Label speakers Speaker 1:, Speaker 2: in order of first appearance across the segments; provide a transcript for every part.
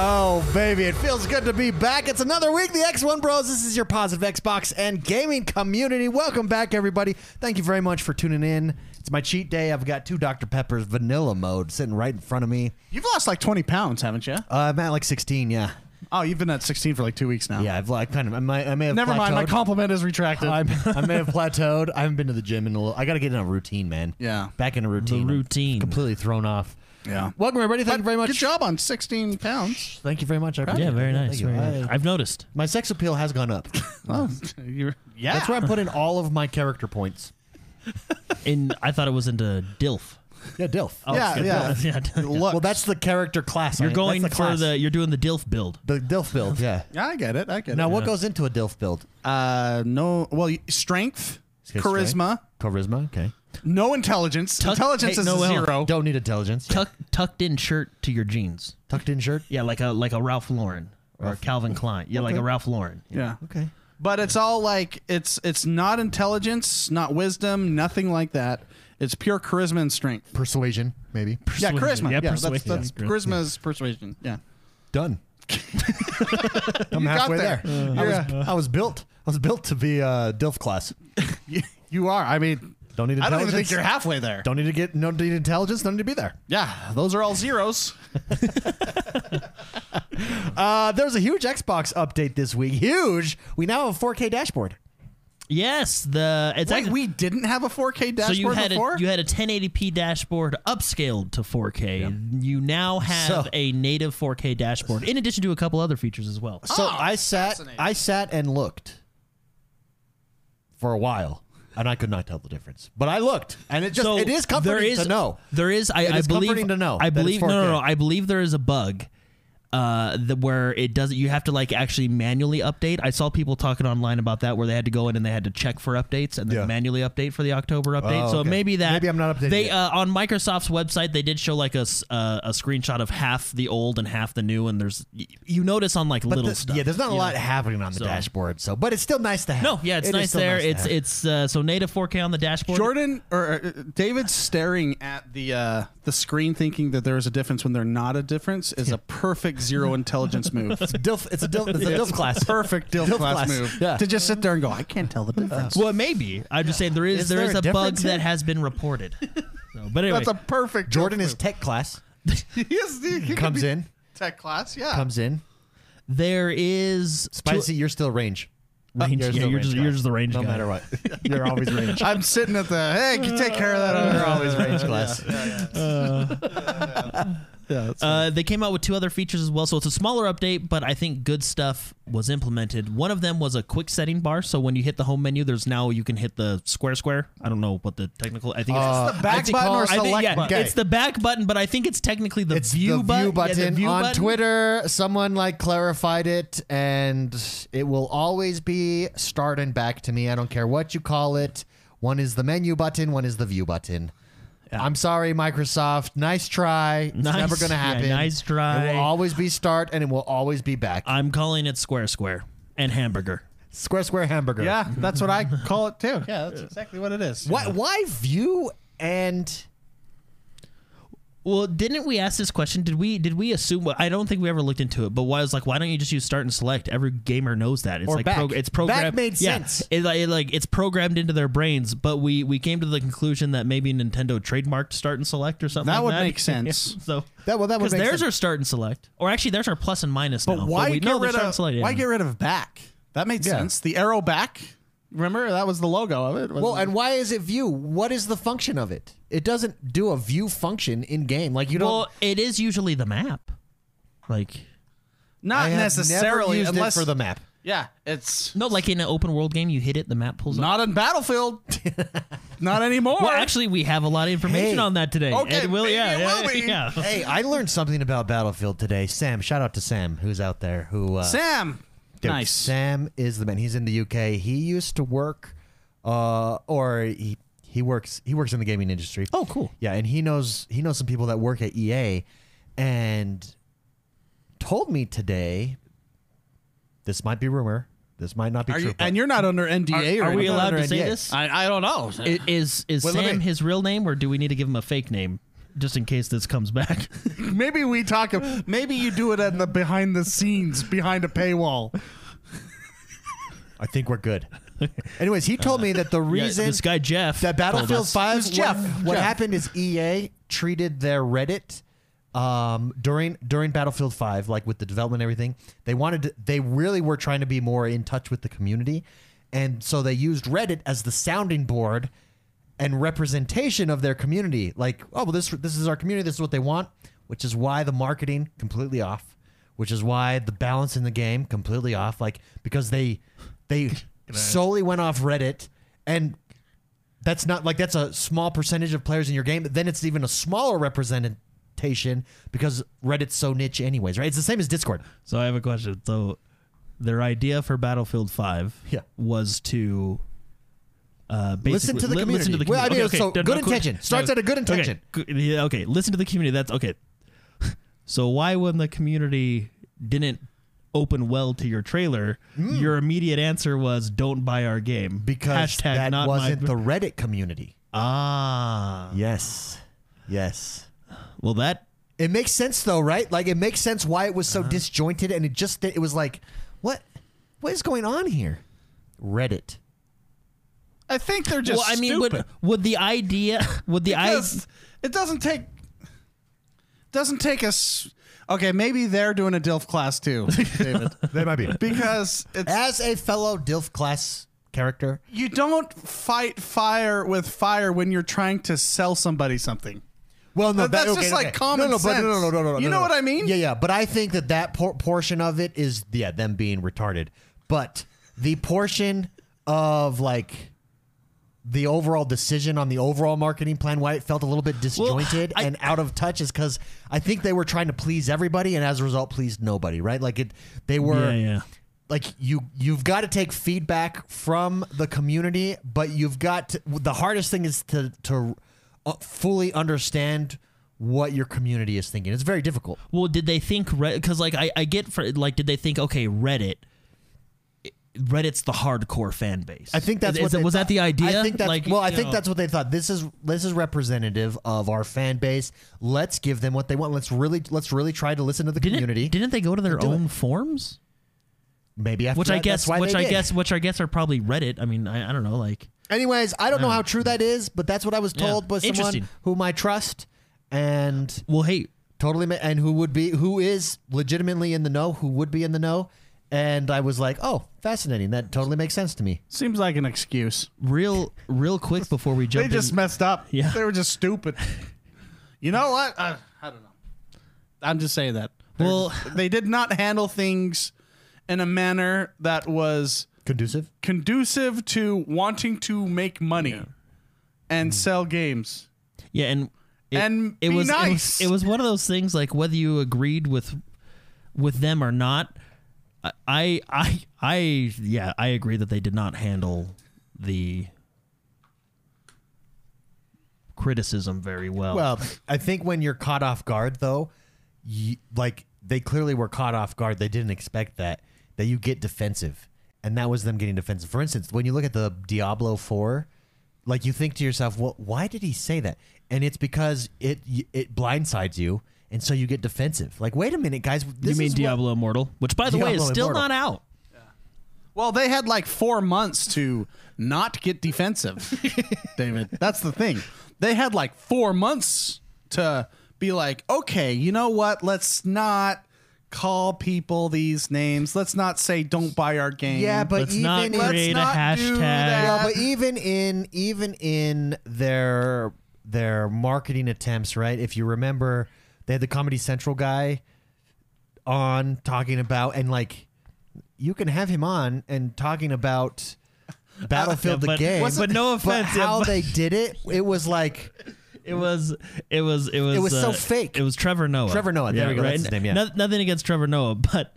Speaker 1: Oh, baby, it feels good to be back. It's another week, the X1 Bros. This is your positive Xbox and gaming community. Welcome back, everybody. Thank you very much for tuning in. It's my cheat day. I've got two Dr. Peppers vanilla mode sitting right in front of me.
Speaker 2: You've lost like 20 pounds, haven't you?
Speaker 1: Uh, I'm at like 16, yeah.
Speaker 2: Oh, you've been at 16 for like two weeks now.
Speaker 1: Yeah, I've like kind of, I may, I may have
Speaker 2: Never mind. My
Speaker 1: plateaued.
Speaker 2: compliment is retracted.
Speaker 1: I'm, I may have plateaued. I haven't been to the gym in a little. I got to get in a routine, man.
Speaker 2: Yeah.
Speaker 1: Back in a routine. I'm
Speaker 3: routine.
Speaker 1: completely thrown off.
Speaker 2: yeah.
Speaker 1: Welcome, everybody. Thank you very much.
Speaker 2: Good job on 16 pounds.
Speaker 1: Thank you very much. I
Speaker 3: Yeah,
Speaker 1: appreciate
Speaker 3: very
Speaker 1: it.
Speaker 3: nice.
Speaker 1: Thank you.
Speaker 3: very
Speaker 1: I-
Speaker 3: nice. I've noticed.
Speaker 1: My sex appeal has gone up.
Speaker 2: Oh, you're, yeah.
Speaker 1: That's where I'm putting all of my character points.
Speaker 3: And I thought it was into DILF.
Speaker 1: Yeah, DILF.
Speaker 2: Oh, Yeah,
Speaker 3: it's good.
Speaker 2: yeah.
Speaker 3: DILF.
Speaker 1: Well, that's the character class.
Speaker 3: You're
Speaker 1: I-
Speaker 3: going
Speaker 1: that's the
Speaker 3: for
Speaker 1: class.
Speaker 3: the. You're doing the DILF build.
Speaker 1: the DILF build. Yeah.
Speaker 2: Yeah, I get it. I get
Speaker 1: Now,
Speaker 2: it.
Speaker 1: what goes into a DILF build?
Speaker 2: Uh, no, well, y- strength,
Speaker 1: Okay,
Speaker 2: charisma,
Speaker 1: Charisma. Okay.
Speaker 2: no intelligence.
Speaker 3: Tuck-
Speaker 2: intelligence
Speaker 3: hey,
Speaker 2: is
Speaker 3: no
Speaker 2: a
Speaker 3: health.
Speaker 2: zero.
Speaker 1: Don't need intelligence.
Speaker 3: Tuck, tucked in shirt to your jeans.
Speaker 1: Tucked in shirt.
Speaker 3: Yeah, like a like a Ralph Lauren or a Calvin Klein. Yeah, like a Ralph Lauren.
Speaker 2: Yeah.
Speaker 1: Okay.
Speaker 2: But it's all like it's it's not intelligence, not wisdom, nothing like that. It's pure charisma and strength.
Speaker 1: Persuasion, maybe.
Speaker 2: Yeah, charisma. Yeah,
Speaker 3: Yeah,
Speaker 2: that's,
Speaker 3: persuasion.
Speaker 2: that's
Speaker 3: Yeah.
Speaker 2: charisma is persuasion. Yeah.
Speaker 1: Done. I'm
Speaker 2: got
Speaker 1: halfway
Speaker 2: there.
Speaker 1: there. Uh, I, was, I was built. I was built to be uh, DILF class.
Speaker 2: You, you are. I mean,
Speaker 1: Don't need intelligence.
Speaker 2: I don't even think you're halfway there.
Speaker 1: Don't need to get. No need intelligence. Don't need to be there.
Speaker 2: Yeah, those are all zeros.
Speaker 1: Uh, there was a huge Xbox update this week. Huge. We now have a 4K dashboard.
Speaker 3: Yes, the it's
Speaker 2: Wait,
Speaker 3: actually-
Speaker 2: we didn't have a 4K
Speaker 3: so
Speaker 2: dashboard
Speaker 3: you had
Speaker 2: before?
Speaker 3: a you had a 1080p dashboard upscaled to 4K. You now have
Speaker 1: So-
Speaker 3: a native 4K dashboard in addition to a couple other features as well.
Speaker 1: So
Speaker 2: Oh,
Speaker 1: I sat
Speaker 2: fascinating.
Speaker 1: I sat and looked for a while and I could not tell the difference. But I looked and it just
Speaker 3: so
Speaker 1: it is
Speaker 3: there
Speaker 1: comforting
Speaker 3: is,
Speaker 1: to know.
Speaker 3: There is. I,
Speaker 1: It
Speaker 3: I
Speaker 1: is
Speaker 3: believe.
Speaker 1: comforting to know
Speaker 3: I
Speaker 1: that it's
Speaker 3: believe. No, no, no.
Speaker 1: 4K.
Speaker 3: I believe there is a bug. Uh, the, where it doesn't, you have to like actually manually update. I saw people talking online about that, where they had to go in and they had to check for updates and then
Speaker 1: Yeah.
Speaker 3: manually update for the October update.
Speaker 1: Oh,
Speaker 3: so
Speaker 1: okay.
Speaker 3: maybe that
Speaker 1: Maybe I'm not updating
Speaker 3: They
Speaker 1: it.
Speaker 3: uh, on Microsoft's website they did show like a s- uh, a screenshot of half the old and half the new, and there's y- you notice on like
Speaker 1: But
Speaker 3: little
Speaker 1: the-
Speaker 3: stuff.
Speaker 1: Yeah, there's not a
Speaker 3: you
Speaker 1: lot
Speaker 3: know?
Speaker 1: happening on the
Speaker 3: So-
Speaker 1: dashboard. So but it's still nice to have.
Speaker 3: No, yeah, it's
Speaker 1: It is
Speaker 3: nice
Speaker 1: still
Speaker 3: there.
Speaker 1: to
Speaker 3: it's
Speaker 1: have.
Speaker 3: it's uh, so native 4K on the dashboard.
Speaker 2: Jordan or uh, David staring at the uh, the screen, thinking that there is a difference when there not a difference, is a perfect zero intelligence move.
Speaker 1: Dilf, it's a dilf, it's a dilf class.
Speaker 2: perfect deal
Speaker 1: Dilf
Speaker 2: class,
Speaker 1: class,
Speaker 2: move
Speaker 1: yeah.
Speaker 2: to just sit there and go, I can't tell the difference.
Speaker 3: Well, maybe. I'm just saying there is,
Speaker 1: Is
Speaker 3: there
Speaker 1: there
Speaker 3: is
Speaker 1: a
Speaker 3: a, bug
Speaker 1: difference here?
Speaker 3: that has been reported. So, but anyway,
Speaker 2: That's a perfect.
Speaker 1: Jordan
Speaker 2: DILF
Speaker 1: is tech class.
Speaker 2: move. he is he could
Speaker 1: Comes
Speaker 2: be
Speaker 1: in.
Speaker 2: tech class. Yeah,
Speaker 1: Comes in.
Speaker 3: there is Oh,
Speaker 1: Spicy, you're still range.
Speaker 3: Range- yeah,
Speaker 1: still
Speaker 3: you're just-
Speaker 1: guy.
Speaker 3: you're just the range
Speaker 1: No
Speaker 3: guy.
Speaker 1: matter what. You're always range.
Speaker 2: I'm sitting at the hey, can you take care of that. over
Speaker 1: You're
Speaker 2: there?"
Speaker 1: always range class.
Speaker 3: Uh, they came out with two other features as well, so it's a smaller update, but I think good stuff was implemented. One of them was a quick setting bar, so when you hit the home menu, there's now you can hit the square square. I don't know what the technical. I think
Speaker 1: Uh,
Speaker 3: it's
Speaker 2: It's the back
Speaker 1: I think-
Speaker 2: button or
Speaker 3: I think-
Speaker 2: select
Speaker 3: yeah,
Speaker 2: button.
Speaker 3: It's the back button, but I think it's technically the
Speaker 1: It's
Speaker 3: view
Speaker 1: the
Speaker 3: button.
Speaker 1: view
Speaker 3: Yeah, the
Speaker 1: button
Speaker 3: view
Speaker 1: on
Speaker 3: button.
Speaker 1: Twitter. Someone like clarified it, and it will always be start and back to me. I don't care what you call it. One is the menu button. One is the view button. I'm sorry, Microsoft. Nice try. It's
Speaker 3: Nice-
Speaker 1: never going to
Speaker 3: yeah,
Speaker 1: happen.
Speaker 3: nice try. Uh,
Speaker 1: It will always be start, and it will always be back.
Speaker 3: I'm calling it square square and hamburger.
Speaker 1: square, square hamburger.
Speaker 2: yeah, that's what I call it too. Yeah, that's exactly what it is.
Speaker 1: Why? Why view and?
Speaker 3: Well, didn't we ask this question? Did we did we assume? well, I don't think we ever looked into it, but why I was like, why don't you just use start and select? Every gamer knows that it's
Speaker 1: Or
Speaker 3: like
Speaker 1: back.
Speaker 3: it's
Speaker 1: Back
Speaker 3: programmed.
Speaker 1: made
Speaker 3: yeah,
Speaker 1: sense.
Speaker 3: It, like- it, like it's programmed into their brains. But we we came to the conclusion that maybe Nintendo trademarked start and select or something.
Speaker 2: That
Speaker 3: like
Speaker 2: would
Speaker 3: that.
Speaker 2: make sense.
Speaker 3: Yeah, so
Speaker 1: That- well, that would
Speaker 3: because
Speaker 1: make
Speaker 3: theirs
Speaker 1: sense.
Speaker 3: are start and select, or actually there's our plus and minus.
Speaker 2: But
Speaker 3: now,
Speaker 2: why
Speaker 3: we
Speaker 2: get
Speaker 3: know they're
Speaker 2: rid
Speaker 3: start and
Speaker 2: of
Speaker 3: select, yeah.
Speaker 2: why get rid of back? That made
Speaker 1: Yeah.
Speaker 2: sense. The arrow back. Remember that was the logo of it. wasn't
Speaker 1: Well,
Speaker 2: it?
Speaker 1: and why is it view? What is the function of it? It doesn't do a view function in game. Like you don't.
Speaker 3: Well, it is usually the map. Like
Speaker 1: I
Speaker 2: not
Speaker 1: have never
Speaker 2: necessarily
Speaker 1: used
Speaker 2: unless
Speaker 1: it for the map.
Speaker 2: yeah, it's
Speaker 3: no, like in an open world game, you hit it, the map pulls up.
Speaker 2: not in Battlefield. not anymore.
Speaker 3: Well, actually, we have a lot of information
Speaker 1: Hey.
Speaker 3: on that today.
Speaker 2: Okay,
Speaker 3: It will-
Speaker 2: maybe
Speaker 3: yeah,
Speaker 2: it
Speaker 3: yeah,
Speaker 2: will be.
Speaker 3: yeah.
Speaker 1: Hey, I learned something about Battlefield today. Sam, shout out to Sam, who's out there. Who uh,
Speaker 2: Sam.
Speaker 1: dude,
Speaker 2: nice.
Speaker 1: Sam is the man. He's in the UK. He used to work, uh, or he he works he works in the gaming industry.
Speaker 3: Oh, cool.
Speaker 1: yeah, and he knows he knows some people that work at EA, and told me today. This might be rumor. This might not be
Speaker 2: Are
Speaker 1: true.
Speaker 2: you,
Speaker 1: but-
Speaker 2: and you're not under NDA.
Speaker 3: Are
Speaker 2: or
Speaker 3: we
Speaker 2: anything.
Speaker 3: allowed to say
Speaker 1: NDA.
Speaker 3: this?
Speaker 2: I, I don't know.
Speaker 3: I- Is is
Speaker 1: Wait, let
Speaker 3: Sam
Speaker 1: me-
Speaker 3: his real name, or do we need to give him a fake name? just in case this comes back.
Speaker 2: Maybe we talk. Maybe you do it at the behind the scenes, behind a paywall.
Speaker 1: I think we're good. Anyways, he told me that the
Speaker 3: Yeah,
Speaker 1: reason
Speaker 3: this guy Jeff
Speaker 1: that
Speaker 3: told
Speaker 1: Battlefield
Speaker 3: us.
Speaker 1: Five,
Speaker 2: Who's Jeff?
Speaker 1: What, what
Speaker 2: Jeff.
Speaker 1: happened is EA treated their Reddit um, during during Battlefield Five, like with the development and everything. They wanted to, they really were trying to be more in touch with the community, and so they used Reddit as the sounding board and representation of their community. Like, oh well, this this is our community. This is what they want, which is why the marketing completely off, which is why the balance in the game completely off. Like because they they solely went off Reddit and that's not like that's a small percentage of players in your game. But then it's even a smaller representation because Reddit's so niche, anyways, right? It's the same as Discord.
Speaker 3: So I have a question. So their idea for Battlefield Five
Speaker 1: Yeah.
Speaker 3: was to uh, basically
Speaker 1: Listen to the
Speaker 3: li-
Speaker 1: community.
Speaker 3: Listen to the
Speaker 1: Well, I
Speaker 3: community.
Speaker 1: mean,
Speaker 3: okay, okay,
Speaker 1: so
Speaker 3: done-
Speaker 1: good
Speaker 3: no, quick-
Speaker 1: intention. Starts
Speaker 3: no,
Speaker 1: at a good
Speaker 3: okay,
Speaker 1: intention.
Speaker 3: good- yeah, Okay, listen to the community. That's okay. so why when the community didn't open well to your trailer, your immediate answer was "Don't buy our game"
Speaker 1: Hmm. Because
Speaker 3: hashtag
Speaker 1: that
Speaker 3: not
Speaker 1: wasn't
Speaker 3: my,
Speaker 1: the Reddit community.
Speaker 3: ah.
Speaker 1: Yes. Yes.
Speaker 3: Well, that
Speaker 1: It makes sense though, right? Like it makes sense why it was so disjointed and it just it was like, what what is going on here? Reddit.
Speaker 2: I think they're just.
Speaker 3: well, I mean,
Speaker 2: stupid.
Speaker 3: would would the idea would the I
Speaker 2: Because it doesn't take doesn't take us okay maybe they're doing a dilf class too david
Speaker 1: That might be.
Speaker 2: because it's
Speaker 1: As a fellow DILF class character,
Speaker 2: you don't fight fire with fire when you're trying to sell somebody something
Speaker 1: Well, no,
Speaker 2: That-
Speaker 1: that-
Speaker 2: that's
Speaker 1: okay,
Speaker 2: just,
Speaker 1: okay.
Speaker 2: like, common
Speaker 1: no, no, But
Speaker 2: sense.
Speaker 1: no, no, no, no, no,
Speaker 2: You
Speaker 1: no,
Speaker 2: know
Speaker 1: no.
Speaker 2: what I mean?
Speaker 1: Yeah, yeah. But I think that that por- portion of it is yeah them being retarded, but the portion of like the overall decision on the overall marketing plan why it felt a little bit disjointed
Speaker 3: I-
Speaker 1: and out of touch is because I think they were trying to please everybody and as a result pleased nobody. Right? Like it, they were
Speaker 3: yeah yeah.
Speaker 1: like you you've got to take feedback from the community but you've got to, the hardest thing is to to uh, fully understand what your community is thinking it's very difficult
Speaker 3: Well, did they think because like I, I get for like did they think okay Reddit Reddit's the hardcore fan base.
Speaker 1: I think that's
Speaker 3: Is-
Speaker 1: what
Speaker 3: is that-
Speaker 1: they
Speaker 3: was that the
Speaker 1: thought.
Speaker 3: idea.
Speaker 1: I think that's
Speaker 3: like,
Speaker 1: well. I
Speaker 3: you
Speaker 1: think
Speaker 3: know,
Speaker 1: that's what they thought. This is this is representative of our fan base. Let's give them what they want. Let's really let's really try to listen to the
Speaker 3: didn't,
Speaker 1: community.
Speaker 3: Didn't they go to their
Speaker 1: do
Speaker 3: own forums?
Speaker 1: Maybe after
Speaker 3: Which
Speaker 1: that,
Speaker 3: I guess,
Speaker 1: that's why
Speaker 3: which
Speaker 1: they
Speaker 3: I
Speaker 1: did.
Speaker 3: guess, which I guess are probably Reddit. I mean, I, I don't know. Like,
Speaker 1: Anyways, I don't know how true that is, but that's what I was
Speaker 3: Yeah.
Speaker 1: told by someone
Speaker 3: Interesting.
Speaker 1: whom I trust. And
Speaker 3: well, hey,
Speaker 1: totally ma- and who would be who is legitimately in the know who would be in the know and i was like oh fascinating that totally makes sense to me
Speaker 2: seems like an excuse
Speaker 3: real, real quick before we
Speaker 2: they
Speaker 3: jump,
Speaker 2: just
Speaker 3: in,
Speaker 2: messed up
Speaker 3: Yeah.
Speaker 2: they were just stupid you know what i, I don't know i'm just saying that They're-
Speaker 3: Well-
Speaker 2: they did not handle things in a manner that was
Speaker 1: conducive
Speaker 2: conducive to wanting to make money and sell games.
Speaker 3: yeah, and it,
Speaker 2: And
Speaker 3: it
Speaker 2: be
Speaker 3: was, it was-
Speaker 2: nice.
Speaker 3: It was, one of those things like whether you agreed with with them or not. I- I, I, I, yeah, I agree that they did not handle the criticism very well.
Speaker 1: well i think when you're caught off guard though you, like they clearly were caught off guard they didn't expect that that you get defensive and that was them getting defensive for instance when you look at the diablo 4 like you think to yourself well why did he say that and it's because it it blindsides you and so you get defensive like wait a minute guys
Speaker 3: you
Speaker 1: this
Speaker 3: mean
Speaker 1: is what-
Speaker 3: Diablo Immortal, which by the way is
Speaker 1: Diablo
Speaker 3: still
Speaker 1: Immortal.
Speaker 3: not out.
Speaker 2: Well, they had like four months to not get defensive, David. That's the thing. They had like four months to be like, okay, you know what? Let's not call people these names. Let's not say don't buy our game.
Speaker 1: yeah but
Speaker 3: Let's
Speaker 1: even
Speaker 3: not
Speaker 1: if-
Speaker 3: create a
Speaker 2: not do
Speaker 3: hashtag.
Speaker 2: that.
Speaker 1: Yeah, but even in even in their their marketing attempts, right? If you remember, they had the Comedy Central guy on talking about and like you can have him on and talking about Battlefield
Speaker 3: Yeah, but-
Speaker 1: the game.
Speaker 3: wasn't- but no offense,
Speaker 1: But
Speaker 3: yeah,
Speaker 1: how
Speaker 3: but-
Speaker 1: they did it, it was like
Speaker 3: It was, it was, it was.
Speaker 1: was so
Speaker 3: uh,
Speaker 1: fake.
Speaker 3: It was Trevor Noah.
Speaker 1: Trevor Noah, there we go, that's his name, yeah.
Speaker 3: No- nothing against Trevor Noah, but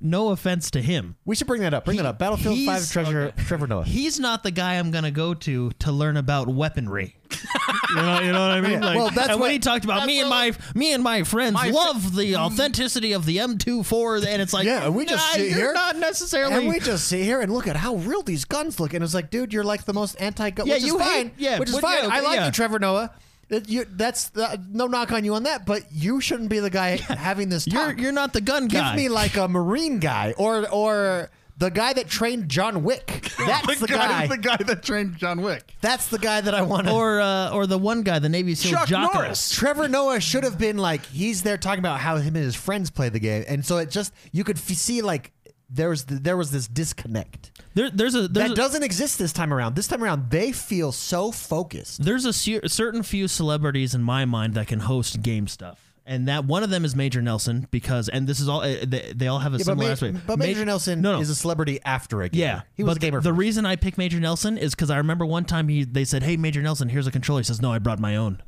Speaker 3: no offense to him.
Speaker 1: we should bring that up. Bring that up. Battlefield
Speaker 3: he's-
Speaker 1: Five Treasure Trevor Noah.
Speaker 3: He's not the guy I'm gonna go to to learn about weaponry. you, know, you know what I mean?
Speaker 1: Yeah,
Speaker 3: Like,
Speaker 1: well, that's
Speaker 3: and when
Speaker 1: what-
Speaker 3: he talked about me and my me and my friends
Speaker 2: My fa-
Speaker 3: love the authenticity of the M24, and it's like
Speaker 1: Yeah, and we just
Speaker 3: nah,
Speaker 1: sit
Speaker 3: you're
Speaker 1: here,
Speaker 3: not necessarily.
Speaker 1: And we just sit here and look at how real these guns look, and it's like, dude, you're like the most anti-gun.
Speaker 3: Yeah,
Speaker 1: which
Speaker 3: you
Speaker 1: is fine.
Speaker 3: hate- yeah,
Speaker 1: which is
Speaker 3: but
Speaker 1: fine.
Speaker 3: yeah,
Speaker 1: I like
Speaker 3: yeah.
Speaker 1: you, Trevor Noah. That- you- that's that, no knock on you on that, but you shouldn't be the guy having this
Speaker 3: You're
Speaker 1: talk.
Speaker 3: you're not the gun
Speaker 1: Give
Speaker 3: guy.
Speaker 1: me like a Marine guy or or the guy that trained John Wick. That's the guy.
Speaker 2: the guy that trained John Wick.
Speaker 1: That's the guy that I want to.
Speaker 3: or uh, or the one guy, the Navy SEAL
Speaker 2: Chuck
Speaker 3: Jocko.
Speaker 2: Norris.
Speaker 1: Trevor Noah should have been like he's there talking about how him and his friends play the game, and so it just you could f- see like there was th- there was this disconnect
Speaker 3: There, there's a there's
Speaker 1: that
Speaker 3: a,
Speaker 1: doesn't exist this time around. This time around, they feel so focused.
Speaker 3: there's a cer- certain few celebrities in my mind that can host game stuff, and that one of them is Major Nelson because and this is all uh, they, they all have a
Speaker 1: but,
Speaker 3: similar
Speaker 1: Ma-
Speaker 3: aspect.
Speaker 1: but Major Nelson
Speaker 3: no, no.
Speaker 1: is a celebrity after a gamer.
Speaker 3: yeah,
Speaker 1: he was
Speaker 3: but
Speaker 1: a gamer.
Speaker 3: The
Speaker 1: first.
Speaker 3: reason I picked Major Nelson is because I remember one time he they said, "Hey, Major Nelson, here's a controller." He says, "No, I brought my own,"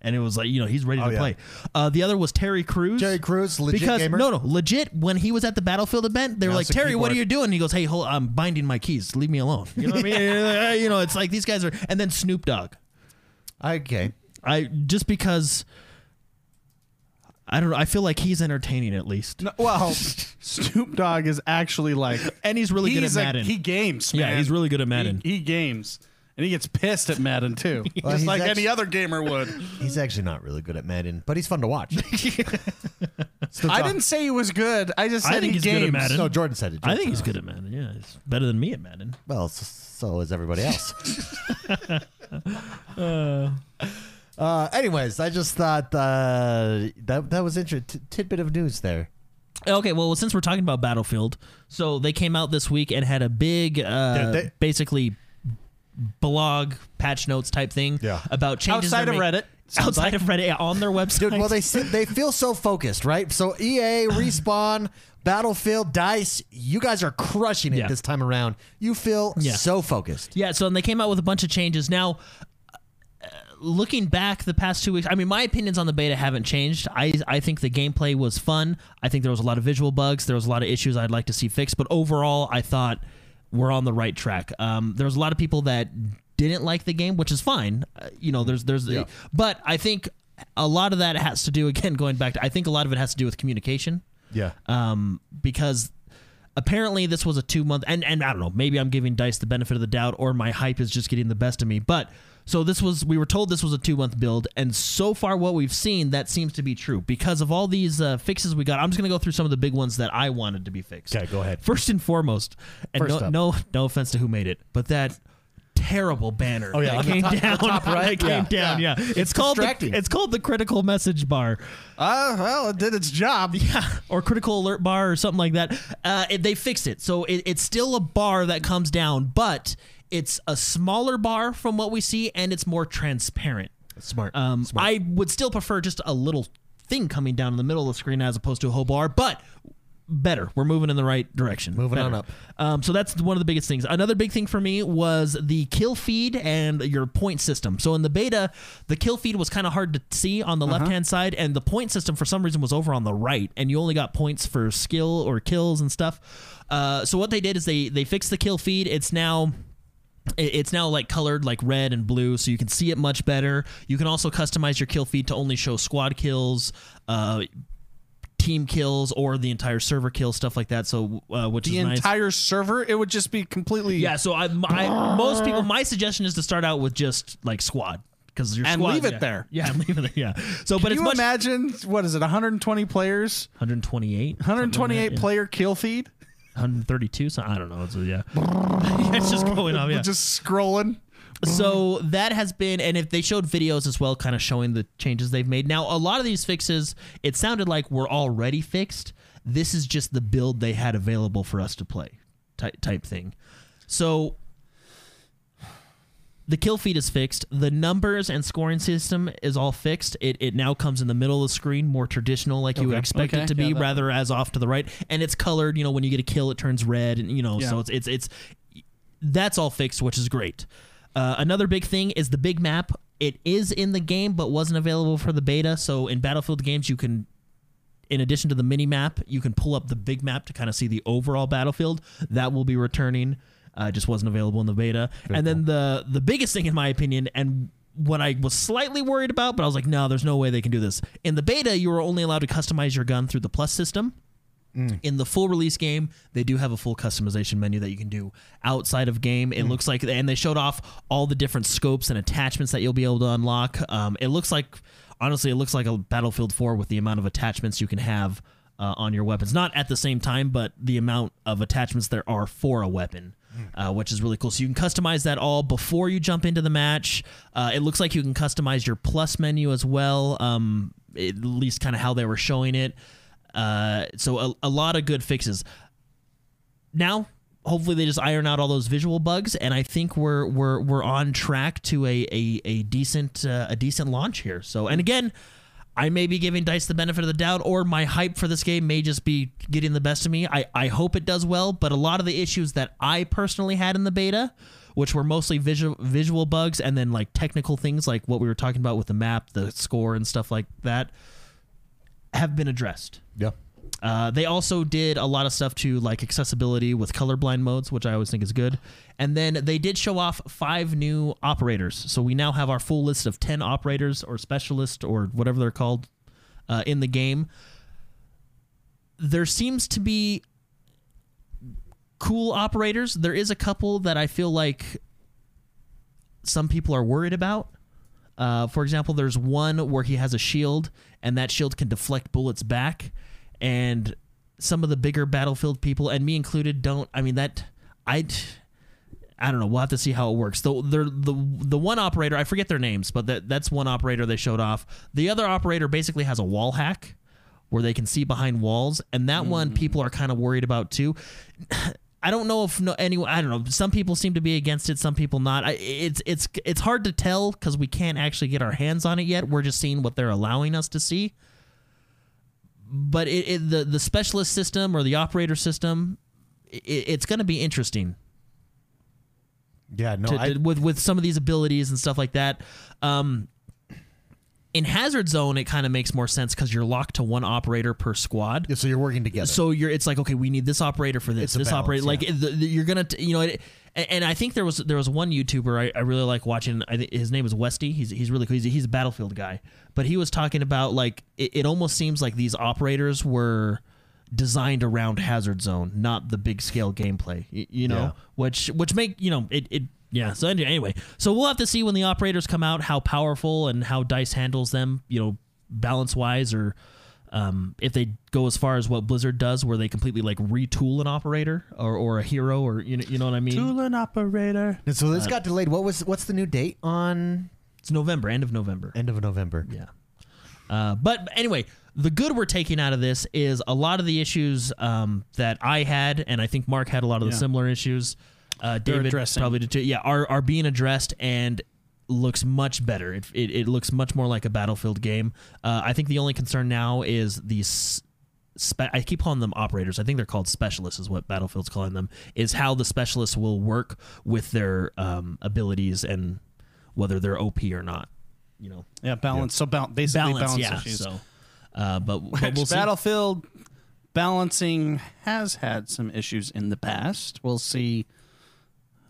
Speaker 3: and it was like you know he's ready to
Speaker 1: Oh, yeah.
Speaker 3: play. Uh, the other was Terry Crews.
Speaker 1: Terry Crews, legit
Speaker 3: because
Speaker 1: gamer.
Speaker 3: no, no, legit. When he was at the Battlefield event, they were
Speaker 1: Mouse
Speaker 3: like,
Speaker 1: and
Speaker 3: "Terry, what are
Speaker 1: keyboard.
Speaker 3: you doing?" And he goes, "Hey, hold, I'm binding my keys. Leave me alone." You know what I mean? Uh, you know, it's like these guys are. And then Snoop Dogg.
Speaker 1: okay,
Speaker 3: I just because I don't know. I feel like he's entertaining at least,
Speaker 2: well, Snoop Dogg is actually like
Speaker 3: and he's really
Speaker 2: he's
Speaker 3: good
Speaker 2: a-
Speaker 3: at Madden.
Speaker 2: he games.
Speaker 3: Yeah,
Speaker 2: man.
Speaker 3: he's really good at Madden.
Speaker 2: He, he games, and he gets pissed at Madden too,
Speaker 1: Well,
Speaker 2: just
Speaker 1: he's
Speaker 2: like
Speaker 1: actu-
Speaker 2: any other gamer would.
Speaker 1: he's actually not really good at Madden, but he's fun to watch. Snoop
Speaker 2: I
Speaker 1: Dogg-
Speaker 2: didn't say he was good. I just
Speaker 3: I
Speaker 2: said
Speaker 3: think
Speaker 2: he
Speaker 3: he's good at
Speaker 2: games.
Speaker 3: Madden.
Speaker 1: No, Jordan said it.
Speaker 3: I think
Speaker 1: Jordan-
Speaker 3: he's good at Madden. Yeah, he's better than me at Madden.
Speaker 1: Well, s- so is everybody else. uh, anyways, I just thought uh, that that was interesting. tidbit of news there.
Speaker 3: Okay, well, since we're talking about Battlefield, so they came out this week and had a big, uh,
Speaker 1: Yeah, they-
Speaker 3: basically blog patch notes type thing
Speaker 1: Yeah.
Speaker 3: about changes
Speaker 2: Outside
Speaker 3: they're
Speaker 2: of
Speaker 3: ma-
Speaker 2: Reddit, sounds
Speaker 3: outside of Reddit yeah, on their website.
Speaker 1: Dude, well they sit, they feel so focused, right? So EA, respawn, Battlefield, Dice, you guys are crushing it
Speaker 3: Yeah.
Speaker 1: this time around. You feel
Speaker 3: Yeah.
Speaker 1: so focused.
Speaker 3: Yeah, so and they came out with a bunch of changes. Now, uh, looking back the past two weeks, I mean, my opinions on the beta haven't changed. I I think the gameplay was fun. I think there was a lot of visual bugs. There was a lot of issues I'd like to see fixed. But overall, I thought we're on the right track. Um, there was a lot of people that didn't like the game, which is fine. Uh, you know, there's there's, but I think a lot of that has to do again going back to. I think a lot of it has to do with communication
Speaker 1: Yeah.
Speaker 3: um, because apparently this was a two month and and I don't know maybe I'm giving Dice the benefit of the doubt or my hype is just getting the best of me but so this was we were told this was a two month build and so far what we've seen that seems to be true because of all these uh, fixes we got I'm just gonna go through some of the big ones that I wanted to be fixed
Speaker 1: Okay, go ahead.
Speaker 3: first and foremost and
Speaker 1: First
Speaker 3: no,
Speaker 1: up.
Speaker 3: no no offense to who made it but that terrible banner oh
Speaker 1: yeah,
Speaker 3: that
Speaker 1: on the
Speaker 3: came
Speaker 1: top- the
Speaker 3: down
Speaker 1: top right?
Speaker 3: that came
Speaker 1: Yeah.
Speaker 3: down yeah,
Speaker 1: Yeah.
Speaker 3: it's, called the,
Speaker 1: distracting.
Speaker 3: it's called the critical message bar
Speaker 2: Uh, well, it did its job.
Speaker 3: yeah, or critical alert bar or something like that. Uh, it, they fixed it, so it, it's still a bar that comes down, but it's a smaller bar from what we see, and it's more transparent.
Speaker 1: Smart.
Speaker 3: Um, I would still prefer just a little thing coming down in the middle of the screen as opposed to a whole bar, but better. We're moving in the right direction.
Speaker 1: Moving
Speaker 3: Better.
Speaker 1: on up.
Speaker 3: Um, so that's one of the biggest things. Another big thing for me was the kill feed and your point system. So in the beta, the kill feed was kind of hard to see on the
Speaker 1: Uh-huh.
Speaker 3: left hand side, and the point system for some reason was over on the right, and you only got points for skill or kills and stuff. Uh, so what they did is they they fixed the kill feed. It's now it- it's now like colored like red and blue so you can see it much better you can also customize your kill feed to only show squad kills uh team kills or the entire server kill stuff like that so uh, which
Speaker 2: The
Speaker 3: is nice
Speaker 2: entire server, it would just be completely
Speaker 3: yeah so I, I most people my suggestion is to start out with just like squad because your
Speaker 2: And
Speaker 3: squad
Speaker 2: leave it
Speaker 3: yeah.
Speaker 2: there.
Speaker 3: yeah leave it there yeah so
Speaker 2: Can
Speaker 3: but it's
Speaker 2: you
Speaker 3: much
Speaker 2: imagine what is it? 120 players,
Speaker 3: 128
Speaker 2: 128
Speaker 3: yeah.
Speaker 2: player kill feed,
Speaker 3: 132 so i don't know it's, yeah it's just going off yeah
Speaker 2: just scrolling.
Speaker 3: So that has been, and if they showed videos as well, kind of showing the changes they've made. Now, a lot of these fixes, it sounded like were already fixed. This is just the build they had available for us to play, type, type thing. So the kill feed is fixed. The numbers and scoring system is all fixed. It, it now comes in the middle of the screen, more traditional, like you would expect
Speaker 2: Okay.
Speaker 3: it to be,
Speaker 2: Yeah, that-
Speaker 3: rather as off to the right. And it's colored. You know, when you get a kill, it turns red, and you know,
Speaker 2: Yeah.
Speaker 3: so it's it's it's that's all fixed, which is great. Uh, another big thing is the big map. It is in the game, but wasn't available for the beta. So in Battlefield games, you can in addition to the mini map, you can pull up the big map to kind of see the overall battlefield. That will be returning. Uh, just wasn't available in the beta. and then the the biggest thing, in my opinion, and what I was slightly worried about, but I was like, no, there's no way they can do this. In the beta, you were only allowed to customize your gun through the plus system. In the full release game, they do have a full customization menu that you can do outside of game. It looks like, and they showed off all the different scopes and attachments that you'll be able to unlock. Um, it looks like, honestly, it looks like a Battlefield 4 with the amount of attachments you can have uh, on your weapons. Not at the same time, but the amount of attachments there are for a weapon, uh, which is really cool. So you can customize that all before you jump into the match. Uh, it looks like you can customize your plus menu as well, um, at least kind of how they were showing it. Uh, so a, a lot of good fixes now hopefully they just iron out all those visual bugs and i think we're we're we're on track to a a, a decent uh, a decent launch here so and again I may be giving Dice the benefit of the doubt, or my hype for this game may just be getting the best of me. I, I hope it does well, but a lot of the issues that I personally had in the beta, which were mostly visual visual bugs and then like technical things like what we were talking about with the map, the score, and stuff like that, have been addressed.
Speaker 1: Yeah.
Speaker 3: Uh, they also did a lot of stuff to like accessibility with colorblind modes, which I always think is good. And then they did show off five new operators. So we now have our full list of 10 operators or specialists or whatever they're called uh, in the game. There seems to be cool operators. There is a couple that I feel like some people are worried about. Uh, for example, there's one where he has a shield, and that shield can deflect bullets back. And some of the bigger battlefield people, and me included, don't. I mean that I. I don't know. We'll have to see how it works. The they're- the the one operator, I forget their names, but that that's one operator they showed off. The other operator basically has a wall hack where they can see behind walls, and that one people are kind of worried about too. I don't know if no anyone. I don't know. Some people seem to be against it. Some people not. I, it's it's it's hard to tell because we can't actually get our hands on it yet. We're just seeing what they're allowing us to see. But it, it, the the specialist system or the operator system, it, it's going to be interesting
Speaker 1: Yeah. No.
Speaker 3: to,
Speaker 1: I,
Speaker 3: to- with with some of these abilities and stuff like that. Um, in Hazard Zone, it kind of makes more sense because you're locked to one operator per squad.
Speaker 1: so you're working together.
Speaker 3: So you're it's like okay, we need this operator for this.
Speaker 1: a
Speaker 3: this
Speaker 1: balance,
Speaker 3: operator like the, the- you're gonna t- you know. It, and and I think there was there was one YouTuber I, I really like watching. I think his name is Westy. He's he's really cool. He's, a- he's a battlefield guy, but he was talking about like it, it almost seems like these operators were designed around hazard zone, not the big scale gameplay. You, you know,
Speaker 1: Yeah.
Speaker 3: which which make you know it it yeah. So any- anyway, so we'll have to see when the operators come out how powerful and how Dice handles them. You know, balance wise or um, if they go as far as what Blizzard does, where they completely like retool an operator or, or a hero or you know, you know what I mean.
Speaker 2: Toolin operator.
Speaker 1: And so
Speaker 3: uh,
Speaker 1: this got delayed. What was what's the new date on
Speaker 3: It's November, end of November.
Speaker 1: end of November?
Speaker 3: Yeah. Uh, but anyway, the good we're taking out of this is a lot of the issues um, that I had, and I think Mark had a lot of the
Speaker 2: Yeah.
Speaker 3: similar issues. Uh, David
Speaker 2: addressing.
Speaker 3: probably did too. Yeah, are are being addressed and looks much better. It, it, it looks much more like a battlefield game. Uh, I think the only concern now is these. Spe- I keep calling them operators. I think they're called specialists, is what Battlefield's calling them. Is how the specialists will work with their um, abilities and whether they're OP or not. You know,
Speaker 2: Yeah, balance. So bal- basically balance,
Speaker 3: balance, yeah.
Speaker 2: issues.
Speaker 3: So, uh, but, but we'll
Speaker 2: Which
Speaker 3: see.
Speaker 2: Battlefield balancing has had some issues in the past. We'll see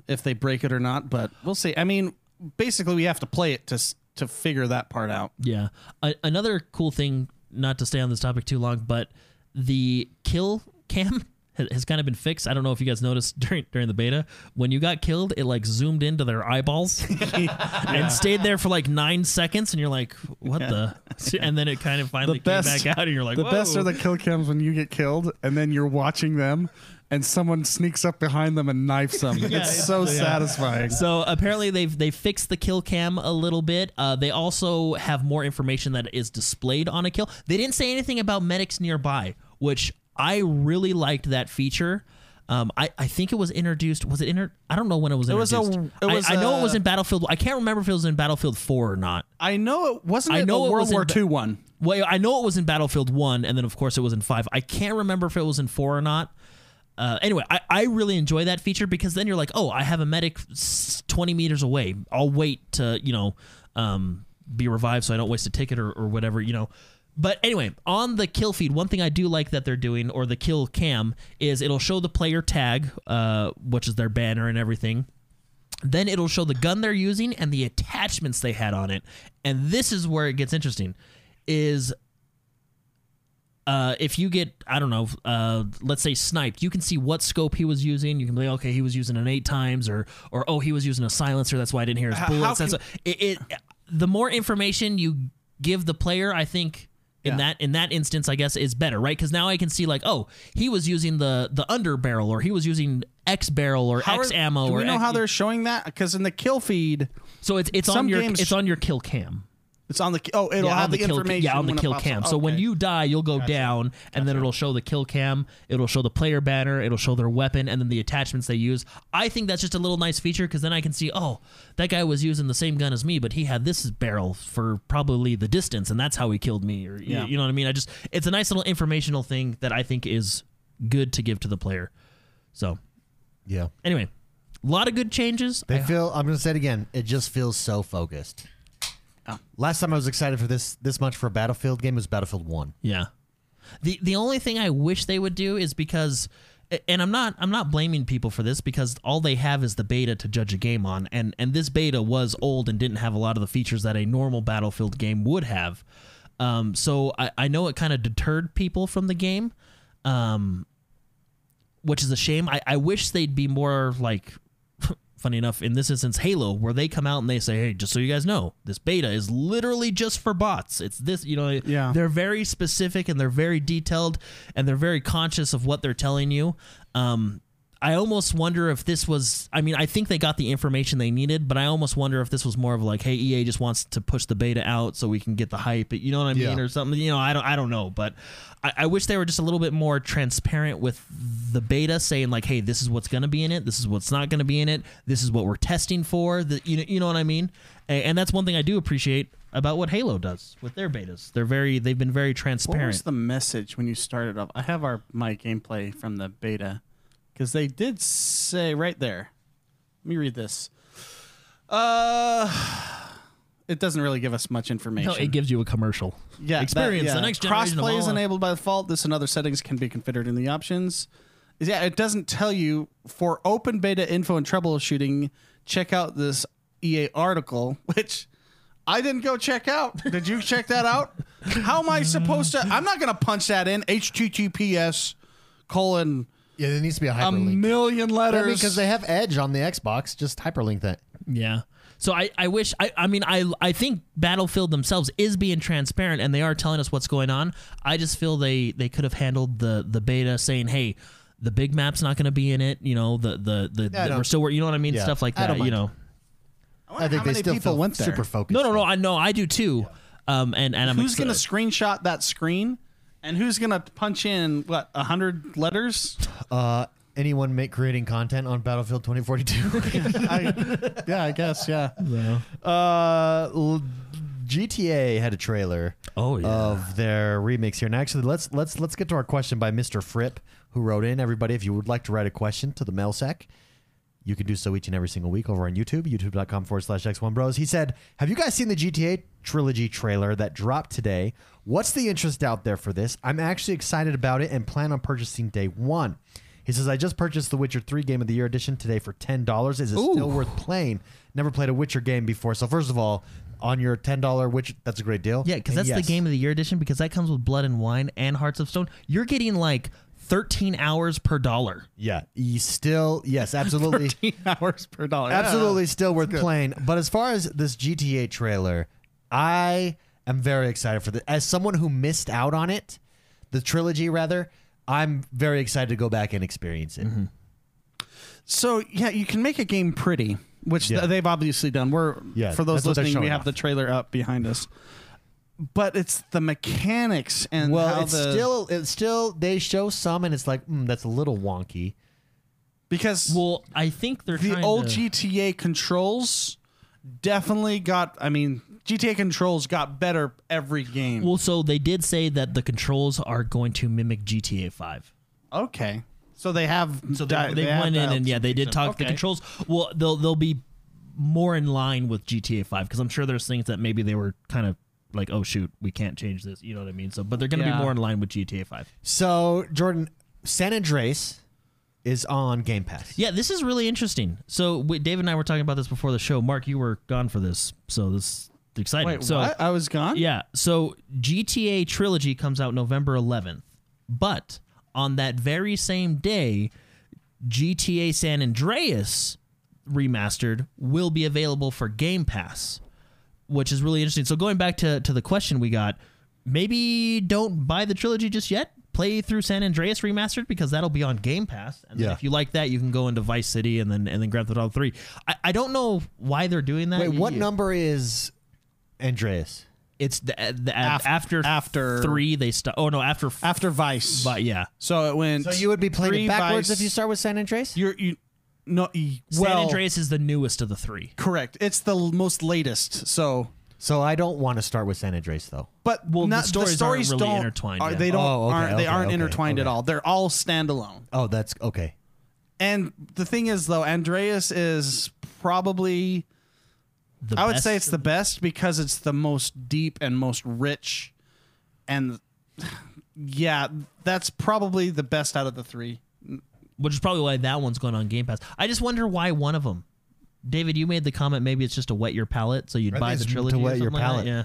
Speaker 2: if they break it or not, but we'll see. I mean, basically, we have to play it to s- to figure that part out.
Speaker 3: yeah. A- another cool thing, not to stay on this topic too long, but the kill cam ha- has kind of been fixed. I don't know if you guys noticed during during the beta when you got killed, it like zoomed into their eyeballs and stayed there for like nine seconds, and you're like, "What the?" And then it kind of finally came
Speaker 2: best-
Speaker 3: back out, and you're like,
Speaker 4: The best
Speaker 3: "Whoa."
Speaker 4: are the kill cams when you get killed and then you're watching them and someone sneaks up behind them and knifes them. it's so satisfying.
Speaker 3: So apparently they've they fixed the kill cam a little bit. Uh, they also have more information that is displayed on a kill. They didn't say anything about medics nearby, which I really liked that feature. Um, I, I think it was introduced. Was it inter? I don't know when it was
Speaker 2: was a-
Speaker 3: introduced.
Speaker 2: it was
Speaker 3: I, I know it
Speaker 2: a-
Speaker 3: was in Battlefield. I can't remember if it was in Battlefield Four or not.
Speaker 2: I know it wasn't.
Speaker 3: I
Speaker 2: it
Speaker 3: know
Speaker 2: a
Speaker 3: it
Speaker 2: World
Speaker 3: was in
Speaker 2: War
Speaker 3: ba-
Speaker 2: II one.
Speaker 3: Well, I know it was in Battlefield One, and then of course it was in Five. I can't remember if it was in Four or not. Uh, anyway, I, I really enjoy that feature because then you're like, oh, I have a medic s- 20 meters away. I'll wait to you know um, be revived so I don't waste a ticket or, or whatever you know. But anyway, on the kill feed, one thing I do like that they're doing, or the kill cam, is it'll show the player tag, uh, which is their banner and everything. Then it'll show the gun they're using and the attachments they had on it. And this is where it gets interesting is uh, if you get, I don't know, uh, let's say sniped, you can see what scope he was using. You can be like, okay, he was using an eight times, or or oh, he was using a silencer. That's why I didn't hear his
Speaker 2: How-
Speaker 3: bullets.
Speaker 2: how
Speaker 3: That's a- it, it. The more information you give the player, I think. In
Speaker 2: Yeah.
Speaker 3: that in that instance, I guess is better, right? Because now I can see like, oh, he was using the the under barrel, or he was using X barrel, or
Speaker 2: How
Speaker 3: X
Speaker 2: are-
Speaker 3: ammo,
Speaker 2: Do
Speaker 3: or
Speaker 2: we know
Speaker 3: X- E
Speaker 2: how they're showing that? Because in the kill feed,
Speaker 3: so it's it's on
Speaker 2: some
Speaker 3: your
Speaker 2: games-
Speaker 3: it's on your kill cam.
Speaker 2: it's on the oh, it'll
Speaker 3: yeah,
Speaker 2: have
Speaker 3: on the, kill
Speaker 2: information.
Speaker 3: yeah, on the
Speaker 2: when it
Speaker 3: kill
Speaker 2: pops
Speaker 3: cam.
Speaker 2: up.
Speaker 3: So when
Speaker 2: Okay.
Speaker 3: you die, you'll go down, and then it'll show the kill cam. It'll show the player banner. It'll show their weapon, and then the attachments they use. I think that's just a little nice feature because then I can see, oh, that guy was using the same gun as me, but he had this barrel for probably the distance, and that's how he killed me. Or you-
Speaker 2: Yeah.
Speaker 3: you know what I mean? I just it's a nice little informational thing that I think is good to give to the player. So
Speaker 1: Yeah.
Speaker 3: anyway, a lot of good changes.
Speaker 1: They
Speaker 3: I-
Speaker 1: feel. I'm gonna say it again. It just feels so focused.
Speaker 2: Oh.
Speaker 1: Last time I was excited for this this much for a Battlefield game was Battlefield One.
Speaker 3: Yeah. The the only thing I wish they would do is because and I'm not I'm not blaming people for this because all they have is the beta to judge a game on and and this beta was old and didn't have a lot of the features that a normal Battlefield game would have. Um, so I, I know it kind of deterred people from the game, um, which is a shame. I, I wish they'd be more like, funny enough, in this instance, Halo, where they come out and they say, hey, just so you guys know, this beta is literally just for bots. It's this, you know,
Speaker 4: Yeah.
Speaker 3: they're very specific and they're very detailed and they're very conscious of what they're telling you. Um, I almost wonder if this was, I mean, I think they got the information they needed, but I almost wonder if this was more of like, hey, EA just wants to push the beta out so we can get the hype. You know what I mean?
Speaker 1: Yeah.
Speaker 3: Or something. You know, I don't, I don't know, but I, I wish they were just a little bit more transparent with the beta, saying like, hey, this is what's going to be in it. This is what's not going to be in it. This is what we're testing for. The, you know, you know what I mean? A- And, that's one thing I do appreciate about what Halo does with their betas. They're very, they've been very
Speaker 2: What
Speaker 3: transparent.
Speaker 2: was the message when you started off? I have our my gameplay from the beta because they did say right there. Let me read this. Uh, it doesn't really give us much information.
Speaker 3: no, it gives you a commercial.
Speaker 2: yeah,
Speaker 3: experience, the next generation of
Speaker 2: Crossplay is
Speaker 3: all-
Speaker 2: enabled by default. This and other settings can be configured in the options. Yeah, it doesn't tell you for open beta info and troubleshooting. Check out this EA article, which I didn't go check out. Did you check that out? How am I supposed to? I'm not gonna punch that in. HTTPS colon
Speaker 1: Yeah, there needs to be a
Speaker 3: Um,
Speaker 2: a
Speaker 1: hyperlink.
Speaker 2: million letters.
Speaker 1: because they have Edge on the Xbox, just hyperlink that.
Speaker 3: Yeah. So I, I wish I, I mean I I think Battlefield themselves is being transparent and they are telling us what's going on. I just feel they they could have handled the the beta saying, "Hey, the big map's not going to be in it, you know, the the the,
Speaker 1: I
Speaker 3: the
Speaker 1: don't-
Speaker 3: we're still you know what I mean,
Speaker 1: Yeah,
Speaker 3: stuff like
Speaker 1: I
Speaker 3: that,
Speaker 1: don't
Speaker 3: you
Speaker 1: mind.
Speaker 3: know."
Speaker 1: I think they
Speaker 2: how many
Speaker 1: still
Speaker 2: people
Speaker 1: feel
Speaker 2: went there?
Speaker 1: super focused.
Speaker 3: No, no, no, I no, I do too. Um and and I'm
Speaker 2: who's gonna
Speaker 3: excited.
Speaker 2: screenshot that screen? And who's gonna punch in what a hundred letters?
Speaker 1: Uh, anyone make creating content on Battlefield 2042?
Speaker 2: I, yeah, I guess. Yeah.
Speaker 1: uh, l- GTA had a trailer.
Speaker 3: Oh, yeah.
Speaker 1: Of their remix here, and actually, let's let's let's get to our question by Mr. Fripp, who wrote in. Everybody, if you would like to write a question to the mail sack, you can do so each and every single week over on YouTube, youtube.com forward slash X1 Bros. He said, Have you guys seen the GTA trilogy trailer that dropped today? What's the interest out there for this? I'm actually excited about it and plan on purchasing day one. He says, I just purchased the Witcher 3 Game of the Year edition today for $10. Is it still worth playing? Never played a Witcher game before. So, first of all, on your $10 Witcher, that's a great deal.
Speaker 3: Yeah, because
Speaker 1: And
Speaker 3: that's the
Speaker 1: yes.
Speaker 3: game of the year edition because that comes with blood and wine and hearts of stone. You're getting like 13 hours per dollar.
Speaker 1: Yeah. You still, yes, absolutely.
Speaker 2: hours per dollar.
Speaker 1: absolutely still worth playing. But as far as this GTA trailer, I am very excited for this. As someone who missed out on it, the trilogy rather, I'm very excited to go back and experience it.
Speaker 2: Mm-hmm. So yeah, you can make a game pretty, which
Speaker 1: Yeah.
Speaker 2: th- they've obviously done. We're
Speaker 1: Yeah,
Speaker 2: for those
Speaker 1: that's what they're
Speaker 2: listening, we
Speaker 1: showing
Speaker 2: have
Speaker 1: off.
Speaker 2: the trailer up behind us. But it's the mechanics and
Speaker 1: Well,
Speaker 2: how
Speaker 1: it's
Speaker 2: the,
Speaker 1: still it's still they show some and it's like mm, that's a little wonky.
Speaker 2: because
Speaker 3: Well, I think they're
Speaker 2: the
Speaker 3: trying
Speaker 2: old
Speaker 3: to-
Speaker 2: GTA controls definitely got. I mean, GTA controls got better every game.
Speaker 3: Well, so they did say that the controls are going to mimic GTA 5.
Speaker 2: okay, so they have
Speaker 3: So they, they, went in and yeah, they did talk the
Speaker 2: controls.
Speaker 3: controls. Well, they'll they'll be more in line with GTA 5 because I'm sure there's things that maybe they were kind of like, oh shoot, we can't change this. You know what I mean? So, but they're going to
Speaker 2: Yeah.
Speaker 3: be more in line with GTA 5.
Speaker 1: So Jordan, San Andreas is on Game Pass.
Speaker 3: Yeah, this is really interesting. So we, Dave and I were talking about this before the show. Mark, you were gone for this, so this exciting.
Speaker 2: Wait,
Speaker 3: so
Speaker 2: what? I was gone.
Speaker 3: yeah, so GTA Trilogy comes out November 11th, but on that very same day, GTA San Andreas remastered will be available for Game Pass, which is really interesting. So going back to to the question we got, maybe don't buy the trilogy just yet. Play through San Andreas remastered because that'll be on Game Pass, and then
Speaker 1: Yeah.
Speaker 3: if you like that, you can go into Vice City and then and then Grand Theft Auto Three. I, I don't know why they're doing that.
Speaker 1: Wait, what
Speaker 3: Yeah.
Speaker 1: number is Andreas?
Speaker 3: It's the, the after
Speaker 2: after-
Speaker 3: three they stop. Oh no, after f-
Speaker 2: After Vice.
Speaker 3: but yeah.
Speaker 2: So it went.
Speaker 1: So you would be playing
Speaker 2: three
Speaker 1: it backwards
Speaker 2: Vice-
Speaker 1: if you start with San Andreas.
Speaker 2: You're you. No. y- Well,
Speaker 3: San Andreas is the newest of the three.
Speaker 2: correct. It's the l- most latest. So,
Speaker 1: So I don't want to start with San Andreas though.
Speaker 2: but
Speaker 3: Well, the
Speaker 2: not,
Speaker 3: stories aren't really
Speaker 2: don't-
Speaker 3: intertwined
Speaker 2: Are,
Speaker 3: yet.
Speaker 2: they don't.
Speaker 1: Oh, okay,
Speaker 2: aren't, they
Speaker 1: okay,
Speaker 2: aren't
Speaker 1: okay,
Speaker 2: intertwined at
Speaker 1: okay.
Speaker 2: all. They're all standalone.
Speaker 1: Oh, that's okay.
Speaker 2: And the thing is, though, Andreas is probably.
Speaker 3: The
Speaker 2: I would say
Speaker 3: best-
Speaker 2: it's the best because it's the most deep and most rich, and yeah, that's probably the best out of the three.
Speaker 3: which is probably why that one's going on Game Pass. I just wonder why one of them. David, you made the comment maybe it's just to wet your palate, so you'd
Speaker 1: I
Speaker 3: buy
Speaker 1: think
Speaker 3: the
Speaker 1: it's
Speaker 3: trilogy
Speaker 1: to
Speaker 3: or
Speaker 1: wet your
Speaker 3: something like that,
Speaker 1: palate.
Speaker 3: Yeah.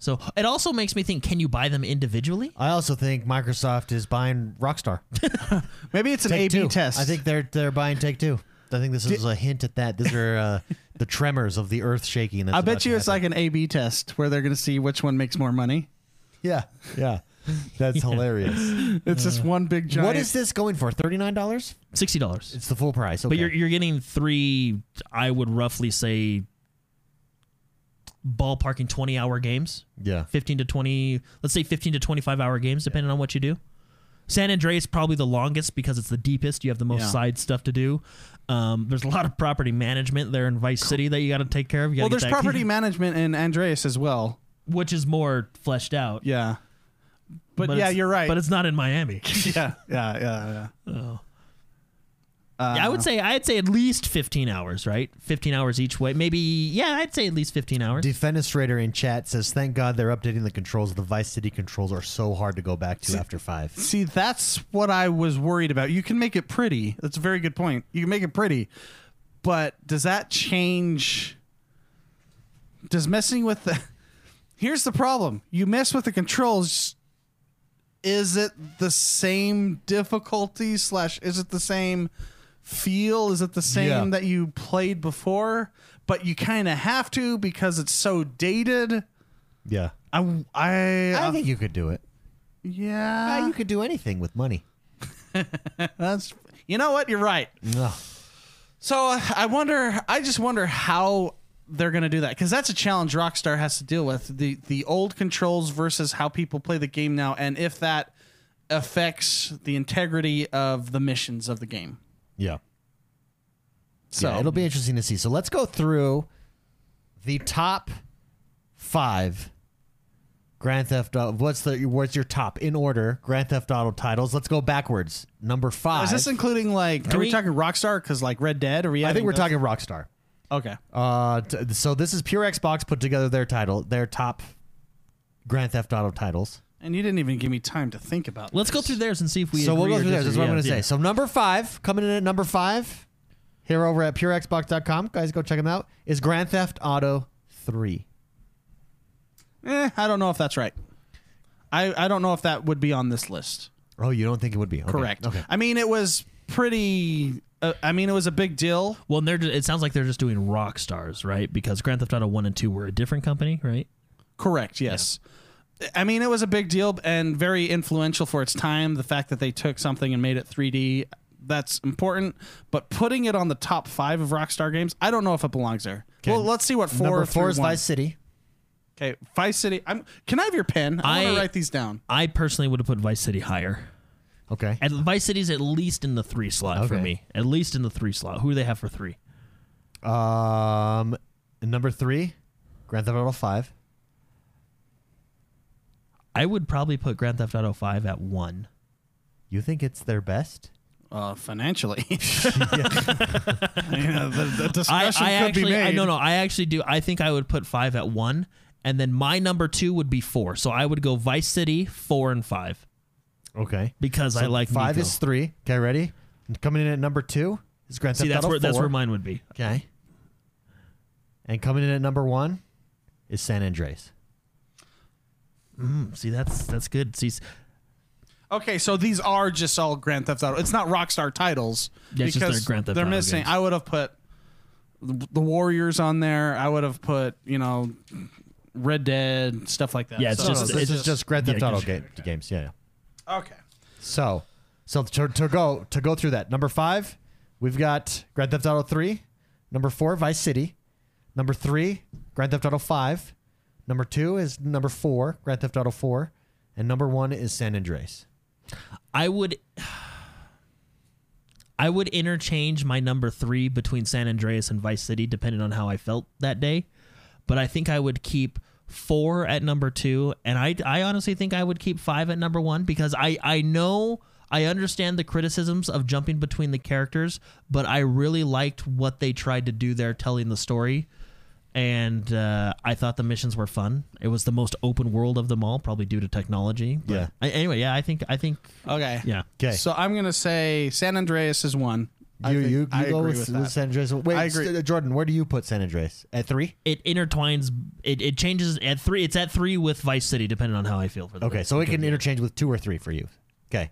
Speaker 3: So it also makes me think: Can you buy them individually?
Speaker 1: I also think Microsoft is buying Rockstar.
Speaker 2: Maybe it's an
Speaker 1: Take
Speaker 2: A/B
Speaker 1: two.
Speaker 2: test.
Speaker 1: I think they're they're buying Take Two. I think this is a hint at that. These are uh, the tremors of the earth shaking. That's
Speaker 2: I
Speaker 1: about
Speaker 2: bet
Speaker 1: to
Speaker 2: you it's
Speaker 1: happen.
Speaker 2: like an A/B test where they're going to see which one makes more money.
Speaker 1: yeah, yeah. That's hilarious.
Speaker 4: It's just one big
Speaker 1: Uh,
Speaker 4: giant.
Speaker 1: What is this going for? Thirty nine dollars?
Speaker 3: Sixty dollars.
Speaker 1: It's the full price. Okay.
Speaker 3: But you're you're getting three. I would roughly say ballparking twenty hour games.
Speaker 1: yeah.
Speaker 3: 15 to 20 let's say 15 to 25 hour games depending on what you do san andreas probably the longest because it's the deepest you have the most
Speaker 2: Yeah.
Speaker 3: side stuff to do um, there's a lot of property management there in vice city that you got to take care of You gotta
Speaker 2: Well,
Speaker 3: get
Speaker 2: there's
Speaker 3: that-
Speaker 2: property management in Andreas as well.
Speaker 3: which is more fleshed out
Speaker 2: Yeah, but, yeah,
Speaker 3: it's-
Speaker 2: you're right.
Speaker 3: but it's not in miami
Speaker 2: yeah, yeah, yeah,
Speaker 3: oh.
Speaker 2: yeah. Uh,
Speaker 3: yeah, i would say i'd say at least 15 hours right 15 hours each way maybe yeah i'd say at least 15 hours
Speaker 1: Defenestrator in chat says, "Thank God they're updating the controls. The Vice City controls are so hard to go back to after five.
Speaker 2: See, that's what I was worried about. You can make it pretty. That's a very good point. You can make it pretty. But does that change does messing with the Here's the problem. You mess with the controls is it the same difficulty slash is it the same feel? Is it the same
Speaker 1: Yeah.
Speaker 2: that you played before? But you kind of have to because it's so dated.
Speaker 1: Yeah,
Speaker 2: I I,
Speaker 1: I think you could do it.
Speaker 2: yeah.
Speaker 1: Ah, you could do anything with money.
Speaker 2: that's You know what? You're right.
Speaker 1: Ugh.
Speaker 2: So uh, I wonder. I just wonder how they're going to do that because that's a challenge Rockstar has to deal with the the old controls versus how people play the game now, and if that affects the integrity of the missions of the game.
Speaker 1: Yeah.
Speaker 2: So
Speaker 1: yeah, it'll be interesting to see. So let's go through the top five Grand Theft Auto. What's the what's your top in order Grand Theft Auto titles? Let's go backwards. Number five.
Speaker 2: is this including like? Are we,
Speaker 3: we-
Speaker 2: talking Rockstar? Because like Red Dead? Are we?
Speaker 1: I think
Speaker 2: adding
Speaker 1: we're
Speaker 2: those?
Speaker 1: talking Rockstar.
Speaker 2: Okay.
Speaker 1: Uh, t- so this is pure Xbox put together their title, their top Grand Theft Auto titles.
Speaker 2: And you didn't even give me time to think about.
Speaker 3: let's go
Speaker 2: this.
Speaker 3: through theirs and see if we
Speaker 1: so we'll go
Speaker 3: agree or
Speaker 1: through theirs. That's what I'm
Speaker 3: disagree.
Speaker 1: going to
Speaker 3: Yeah,
Speaker 1: say. So number five, coming in at number five, here over at PureXbox.com, guys, go check them out. Is Grand Theft Auto Three?
Speaker 2: Eh, I don't know if that's right. I I don't know if that would be on this list.
Speaker 1: Oh, you don't think it would be Okay.
Speaker 2: Correct.
Speaker 1: Okay.
Speaker 2: I mean, it was pretty. Uh, I mean, it was a big deal.
Speaker 3: Well, and they're ju- it sounds like they're just doing rock stars, right? Because Grand Theft Auto One and Two were a different company, right?
Speaker 2: Correct. Yes. I mean, it was a big deal and very influential for its time. The fact that they took something and made it 3D, that's important. But putting it on the top five of Rockstar games, I don't know if it belongs there. Well, let's see what four.
Speaker 1: Number
Speaker 2: through
Speaker 1: four is
Speaker 2: one-
Speaker 1: Vice City.
Speaker 2: Okay, Vice City. I'm. Can I have your pen? I, want
Speaker 3: I-
Speaker 2: to write these down.
Speaker 3: I personally would have put Vice City higher.
Speaker 1: Okay.
Speaker 3: And Vice City's at least in the three slot for
Speaker 1: Okay.
Speaker 3: me. At least in the three slot. Who do they have for three?
Speaker 1: Um, and number three, Grand Theft Auto Five.
Speaker 3: I would probably put Grand Theft Auto Five at one.
Speaker 1: You think it's their best?
Speaker 2: Uh, financially, You know, the, the
Speaker 3: I,
Speaker 2: discussion
Speaker 3: I
Speaker 2: could
Speaker 3: actually,
Speaker 2: be made.
Speaker 3: I, no, no, I actually do. I think I would put five at one, and then my number two would be four. So I would go Vice City four and five
Speaker 1: Okay.
Speaker 3: because I like
Speaker 1: Five
Speaker 3: Nico.
Speaker 1: is three. Okay, ready? And coming in at number two is Grand
Speaker 3: See,
Speaker 1: Theft
Speaker 3: that's
Speaker 1: Auto
Speaker 3: where
Speaker 1: 4.
Speaker 3: that's where mine would be.
Speaker 1: okay. And coming in at number one is San Andres.
Speaker 3: See, that's that's good. See, s-
Speaker 2: Okay, so these are just all Grand Theft Auto. It's not Rockstar titles
Speaker 3: Yeah, it's just their Grand Theft
Speaker 2: they're
Speaker 3: Auto
Speaker 2: missing.
Speaker 3: games.
Speaker 2: I would have put the Warriors on there. I would have put you know Red Dead stuff like that.
Speaker 3: Yeah, it's
Speaker 1: No, no,
Speaker 3: just-
Speaker 1: this
Speaker 3: it's
Speaker 1: is just Grand Theft
Speaker 3: yeah,
Speaker 1: Auto
Speaker 3: just-
Speaker 1: ga- games. Yeah, yeah.
Speaker 2: okay.
Speaker 1: So, so to, to go to go through that number five, we've got Grand Theft Auto Three, number four Vice City, number three Grand Theft Auto Five, number two is number four Grand Theft Auto Four, and number one is San Andreas.
Speaker 3: I would I would interchange my number three between San Andreas and Vice City, depending on how I felt that day. But I think I would keep four at number two, and I I honestly think I would keep five at number one because I I know I understand the criticisms of jumping between the characters, but I really liked what they tried to do there, telling the story. And uh, I thought the missions were fun. It was the most open world of them all, probably due to technology. But
Speaker 1: Yeah.
Speaker 3: I- anyway, yeah, I think I think
Speaker 2: Okay.
Speaker 3: yeah.
Speaker 1: Okay,
Speaker 2: So I'm gonna say San Andreas is one. I
Speaker 1: you
Speaker 2: think-
Speaker 1: you,
Speaker 2: I
Speaker 1: you go
Speaker 2: agree
Speaker 1: with,
Speaker 2: with
Speaker 1: with
Speaker 2: that.
Speaker 1: San Andreas. Wait,
Speaker 2: I agree.
Speaker 1: uh, Jordan, where do you put San Andreas at three?
Speaker 3: it intertwines it, it changes at three it's at three with vice city depending on how i feel for the
Speaker 1: Okay,
Speaker 3: rest.
Speaker 1: so it can interchange with two or three for you. Okay,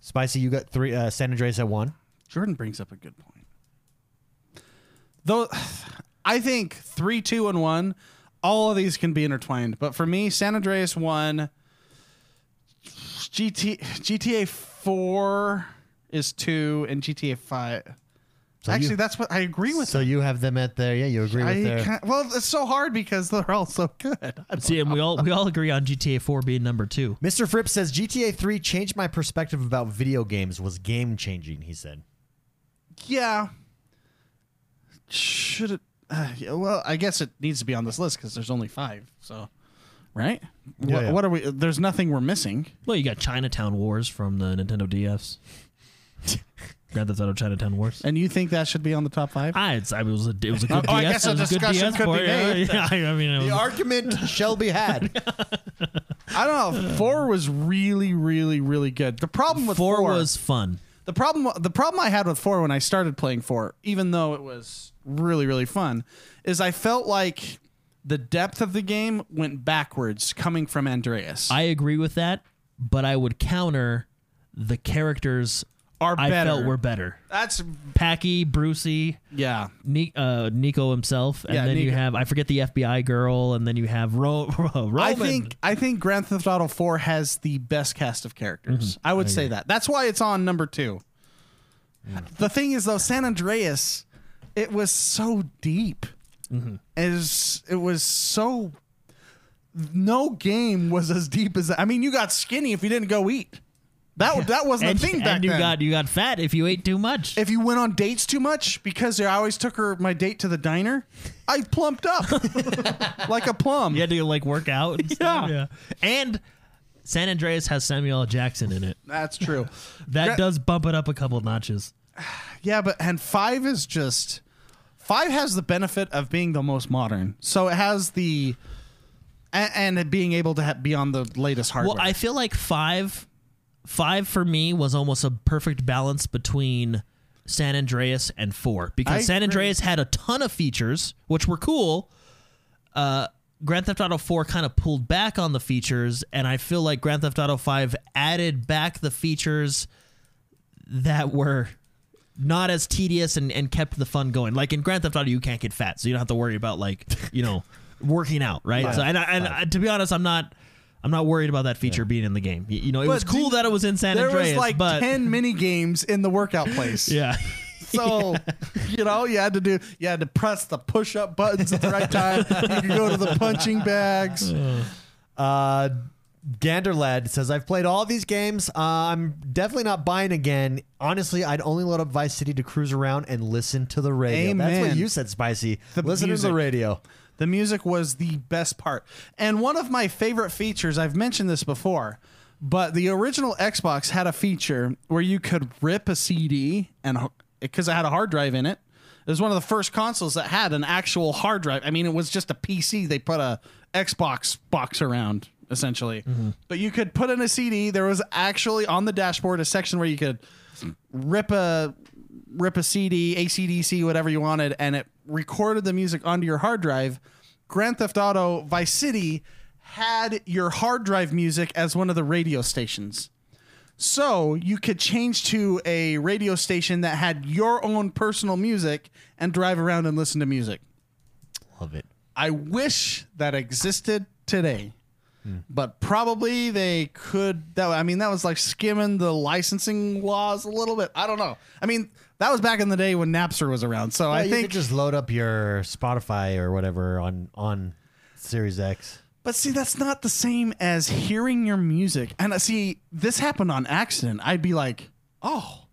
Speaker 1: Spicy, you got three. Uh, San Andreas at one.
Speaker 2: Jordan brings up a good point. Though I think three, two, and one, all of these can be intertwined. But for me, San Andreas one, GT, GTA four is two, and GTA five.
Speaker 1: So
Speaker 2: Actually,
Speaker 1: you-
Speaker 2: that's what I agree with.
Speaker 1: So you have them at there. Yeah, you agree with
Speaker 2: I
Speaker 1: their.
Speaker 2: can't- well, it's so hard because they're all so good.
Speaker 3: see and we all we all agree on gta 4 being number two
Speaker 1: Mr. Fripp says GTA 3 changed my perspective about video games was game changing, he said.
Speaker 2: Yeah. Should it? Uh, yeah, well, I guess it needs to be on this list because there's only five. So, right?
Speaker 1: Yeah,
Speaker 2: what,
Speaker 1: yeah.
Speaker 2: what are we? There's nothing we're missing.
Speaker 3: well you got chinatown wars from the nintendo dfs grand theft auto chinatown wars
Speaker 2: And you think that should be on the top five?
Speaker 3: I, it's, I was a, it was a good
Speaker 2: Oh, I
Speaker 3: DS.
Speaker 2: guess a
Speaker 3: it was good
Speaker 2: discussion
Speaker 3: DS
Speaker 2: could be
Speaker 3: for- yeah,
Speaker 2: made.
Speaker 3: yeah, I mean, it was-
Speaker 1: argument shall be had.
Speaker 2: I don't know. Four was really, really, really good. The problem with four,
Speaker 3: four was fun.
Speaker 2: the problem. The problem I had with four when I started playing four, even though it was really, really fun, is I felt like the depth of the game went backwards coming from Andreas.
Speaker 3: I agree with that, but I would counter the characters
Speaker 2: Are
Speaker 3: I
Speaker 2: better.
Speaker 3: felt were better.
Speaker 2: That's
Speaker 3: Packy, Brucey,
Speaker 2: yeah.
Speaker 3: Ni- uh, Nico himself, and
Speaker 2: Yeah,
Speaker 3: then you
Speaker 2: Nico.
Speaker 3: have I forget the FBI girl, and then you have Ro- Roman.
Speaker 2: I think I think Grand Theft Auto 4 has the best cast of characters.
Speaker 3: Mm-hmm.
Speaker 2: I would say that. That's why it's on number 2. The thing is though San Andreas it was so deep.
Speaker 3: Mm-hmm.
Speaker 2: Is it was so no game was as deep as that. I mean, you got skinny if you didn't go eat. That that wasn't
Speaker 3: and,
Speaker 2: a thing
Speaker 3: and
Speaker 2: back
Speaker 3: you
Speaker 2: then.
Speaker 3: got you got fat if you ate too much.
Speaker 2: if you went on dates too much because I always took her my date to the diner, I plumped up like a plum.
Speaker 3: you had to like work out. And stuff. yeah, and San Andreas has Samuel L. Jackson in it.
Speaker 2: That's true.
Speaker 3: That
Speaker 2: Gra-
Speaker 3: does bump it up a couple notches.
Speaker 2: Yeah, but and five is just five has the benefit of being the most modern, so it has the and, and being able to ha- be on the latest hardware.
Speaker 3: Well, I feel like five, five for me was almost a perfect balance between San Andreas and four because
Speaker 2: I
Speaker 3: San
Speaker 2: agree.
Speaker 3: Andreas had a ton of features which were cool. Uh, Grand Theft Auto Four kind of pulled back on the features, and I feel like Grand Theft Auto Five added back the features that were not as tedious and, and kept the fun going. Like in Grand Theft Auto, you can't get fat, so you don't have to worry about like you know working out, right? So and, I, and I, to be honest, I'm not I'm not worried about that feature being in the game. Y- You, know, it was cool
Speaker 2: dude,
Speaker 3: that it was in San
Speaker 2: there
Speaker 3: Andreas,
Speaker 2: was like
Speaker 3: but
Speaker 2: ten mini games in the workout place.
Speaker 3: yeah,
Speaker 2: So you know you had to do you had to press the push up buttons at the right time. You could go to the punching bags.
Speaker 1: Uh, Ganderlad says, I've played all these games. Uh, I'm definitely not buying again. Honestly, I'd only load up Vice City to cruise around and listen to the radio. That's what
Speaker 2: Amen.
Speaker 1: you said, Spicy.
Speaker 2: The
Speaker 1: listen to
Speaker 2: music.
Speaker 1: the radio.
Speaker 2: The music was the best part. And one of my favorite features, I've mentioned this before, but the original Xbox had a feature where you could rip a CD and because it had a hard drive in it. It was one of the first consoles that had an actual hard drive. I mean, it was just a PC. They put a Xbox box around essentially. But you could put in a CD. There was actually on the dashboard a section where you could rip a rip a CD, ACDC, whatever you wanted, and it recorded the music onto your hard drive. Grand Theft Auto Vice City had your hard drive music as one of the radio stations. So you could change to a radio station that had your own personal music and drive around and listen to music.
Speaker 1: Love it.
Speaker 2: I wish that existed today.
Speaker 1: Hmm.
Speaker 2: But probably they could that I mean that was like skimming the licensing laws a little bit. I don't know. I mean, that was back in the day when Napster was around. So I
Speaker 1: you
Speaker 2: think
Speaker 1: could just load up your Spotify or whatever on on Series X.
Speaker 2: But see, that's not the same as hearing your music. And I see, this happened on accident. I'd be like, oh,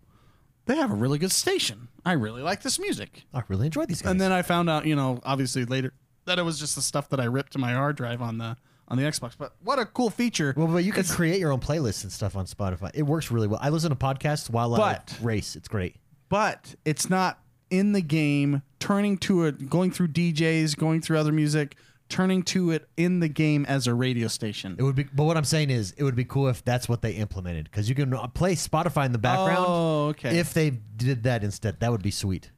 Speaker 2: they have a really good station. I really like this music.
Speaker 1: I really enjoy these guys.
Speaker 2: And then I found out, you know, obviously later that it was just the stuff that I ripped to my hard drive on the on the Xbox. But what a cool feature.
Speaker 1: well, but you can create your own playlists and stuff on Spotify. It works really well. I listen to podcasts while
Speaker 2: But-
Speaker 1: I race. It's great.
Speaker 2: but it's not in the game turning to it going through DJs, going through other music, turning to it in the game as a radio station.
Speaker 1: It would be, but what I'm saying is, it would be cool if that's what they implemented because you can uh, play Spotify in the background.
Speaker 2: Oh, okay.
Speaker 1: If they did that instead, that would be sweet.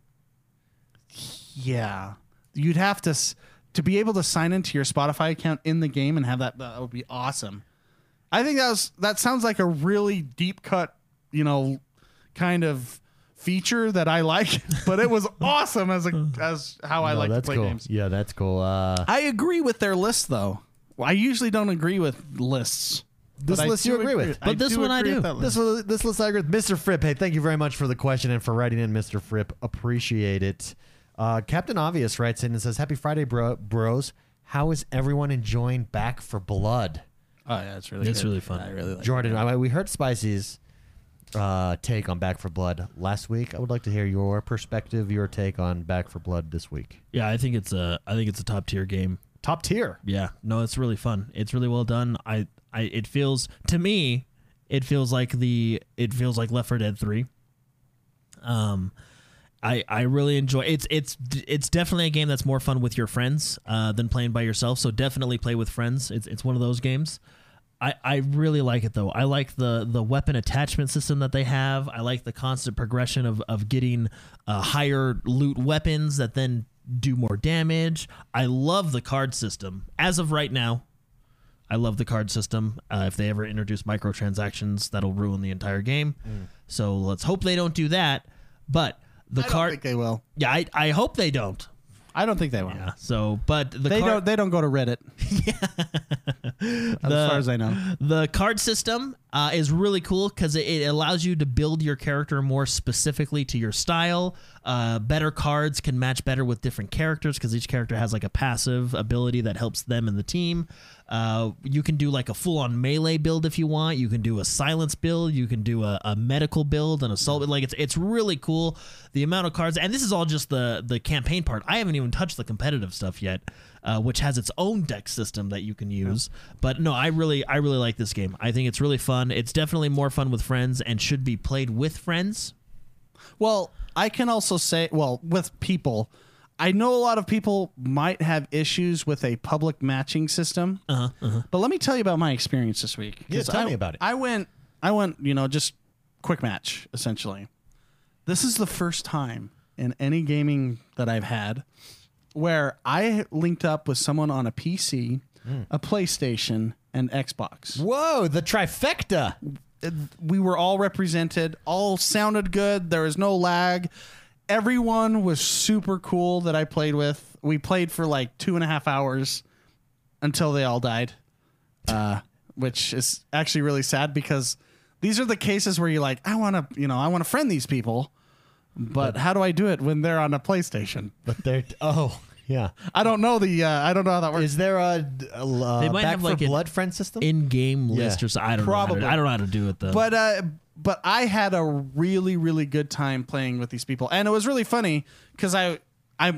Speaker 2: Yeah, you'd have to s- to be able to sign into your Spotify account in the game and have that. That would be awesome. I think that was that sounds like a really deep cut, you know, kind of feature that I like. But it was awesome as a as how I
Speaker 1: No,
Speaker 2: like to
Speaker 1: Oh, that's
Speaker 2: play
Speaker 1: cool.
Speaker 2: games.
Speaker 1: Yeah, that's cool. Uh,
Speaker 2: I agree with their list though. Well, I usually don't agree with lists.
Speaker 1: This
Speaker 2: but I
Speaker 1: list you
Speaker 2: do
Speaker 1: agree with.
Speaker 3: But this one I
Speaker 2: agree
Speaker 3: do.
Speaker 2: with that list.
Speaker 1: this was this looks like Mr. Fripp. Hey, thank you very much for the question and for writing in, Mr. Fripp. Appreciate it. Uh, Captain Obvious writes in and says, "Happy Friday, bro- bros. How is everyone enjoying Back for Blood?"
Speaker 2: Oh yeah, it's really
Speaker 3: It's
Speaker 2: good.
Speaker 3: really fun.
Speaker 2: I really like.
Speaker 1: Jordan, I, we heard Spicy's uh, take on Back for Blood last week. I would like to hear your perspective, your take on Back for Blood this week.
Speaker 3: Yeah, I think it's a I think it's a top tier game.
Speaker 1: Top tier.
Speaker 3: Yeah, no, it's really fun. It's really well done. I I it feels to me, it feels like the it feels like Left 4 Dead 3. Um I, I really enjoy it's it's it's definitely a game that's more fun with your friends uh, than playing by yourself. So definitely play with friends. It's it's one of those games. I, I really like it though. I like the the weapon attachment system that they have. I like the constant progression of of getting uh, higher loot weapons that then do more damage. I love the card system. As of right now, I love the card system. Uh, if they ever introduce microtransactions, that'll ruin the entire game. So let's hope they don't do that. But the
Speaker 2: Mm. I don't
Speaker 3: card,
Speaker 2: think they will.
Speaker 3: yeah, I, I hope they don't.
Speaker 2: I don't think they will.
Speaker 3: So, but the
Speaker 2: They
Speaker 3: card,
Speaker 2: don't. They don't go to Reddit. as far as I know.
Speaker 3: The card system uh, is really cool because it, it allows you to build your character more specifically to your style. Uh, better cards can match better with different characters because each character has like a passive ability that helps them and the team. Uh, you can do like a full on melee build if you want. You can do a silence build. You can do a, a medical build, an assault. Like it's it's really cool. The amount of cards, and this is all just the the campaign part. I haven't even touched the competitive stuff yet uh, which has its own deck system that you can use. But no, I really, I really like this game. I think it's really fun. It's definitely more fun with friends and should be played with friends.
Speaker 2: Well, I can also say, well, with people, I know a lot of people might have issues with a public matching system. Uh-huh, But let me tell you about my experience this week.
Speaker 1: Yeah,
Speaker 2: 'Cause
Speaker 1: tell
Speaker 2: I-
Speaker 1: me about it.
Speaker 2: I went, I went, you know, just quick match essentially. This is the first time in any gaming that I've had where I linked up with someone on a PC,
Speaker 1: Hmm.
Speaker 2: a PlayStation, and Xbox
Speaker 1: Whoa, the trifecta.
Speaker 2: we were all represented, all sounded good. There was no lag. Everyone was super cool that I played with. We played for like two and a half hours until they all died, uh, which is actually really sad because these are the cases where you're like, I want to, you know, I want to friend these people, but how do I do it when they're on a PlayStation?
Speaker 1: But they're oh yeah.
Speaker 2: I don't know the, uh, I don't know how that works.
Speaker 1: Is there a, a uh,
Speaker 3: They might
Speaker 1: Back
Speaker 3: have,
Speaker 1: for
Speaker 3: like, an-
Speaker 1: Blood friend system?
Speaker 3: In-game list or so, I don't
Speaker 2: Probably.
Speaker 3: know. How to, I don't know how to do it though.
Speaker 2: but uh but i had a really really good time playing with these people and it was really funny because i i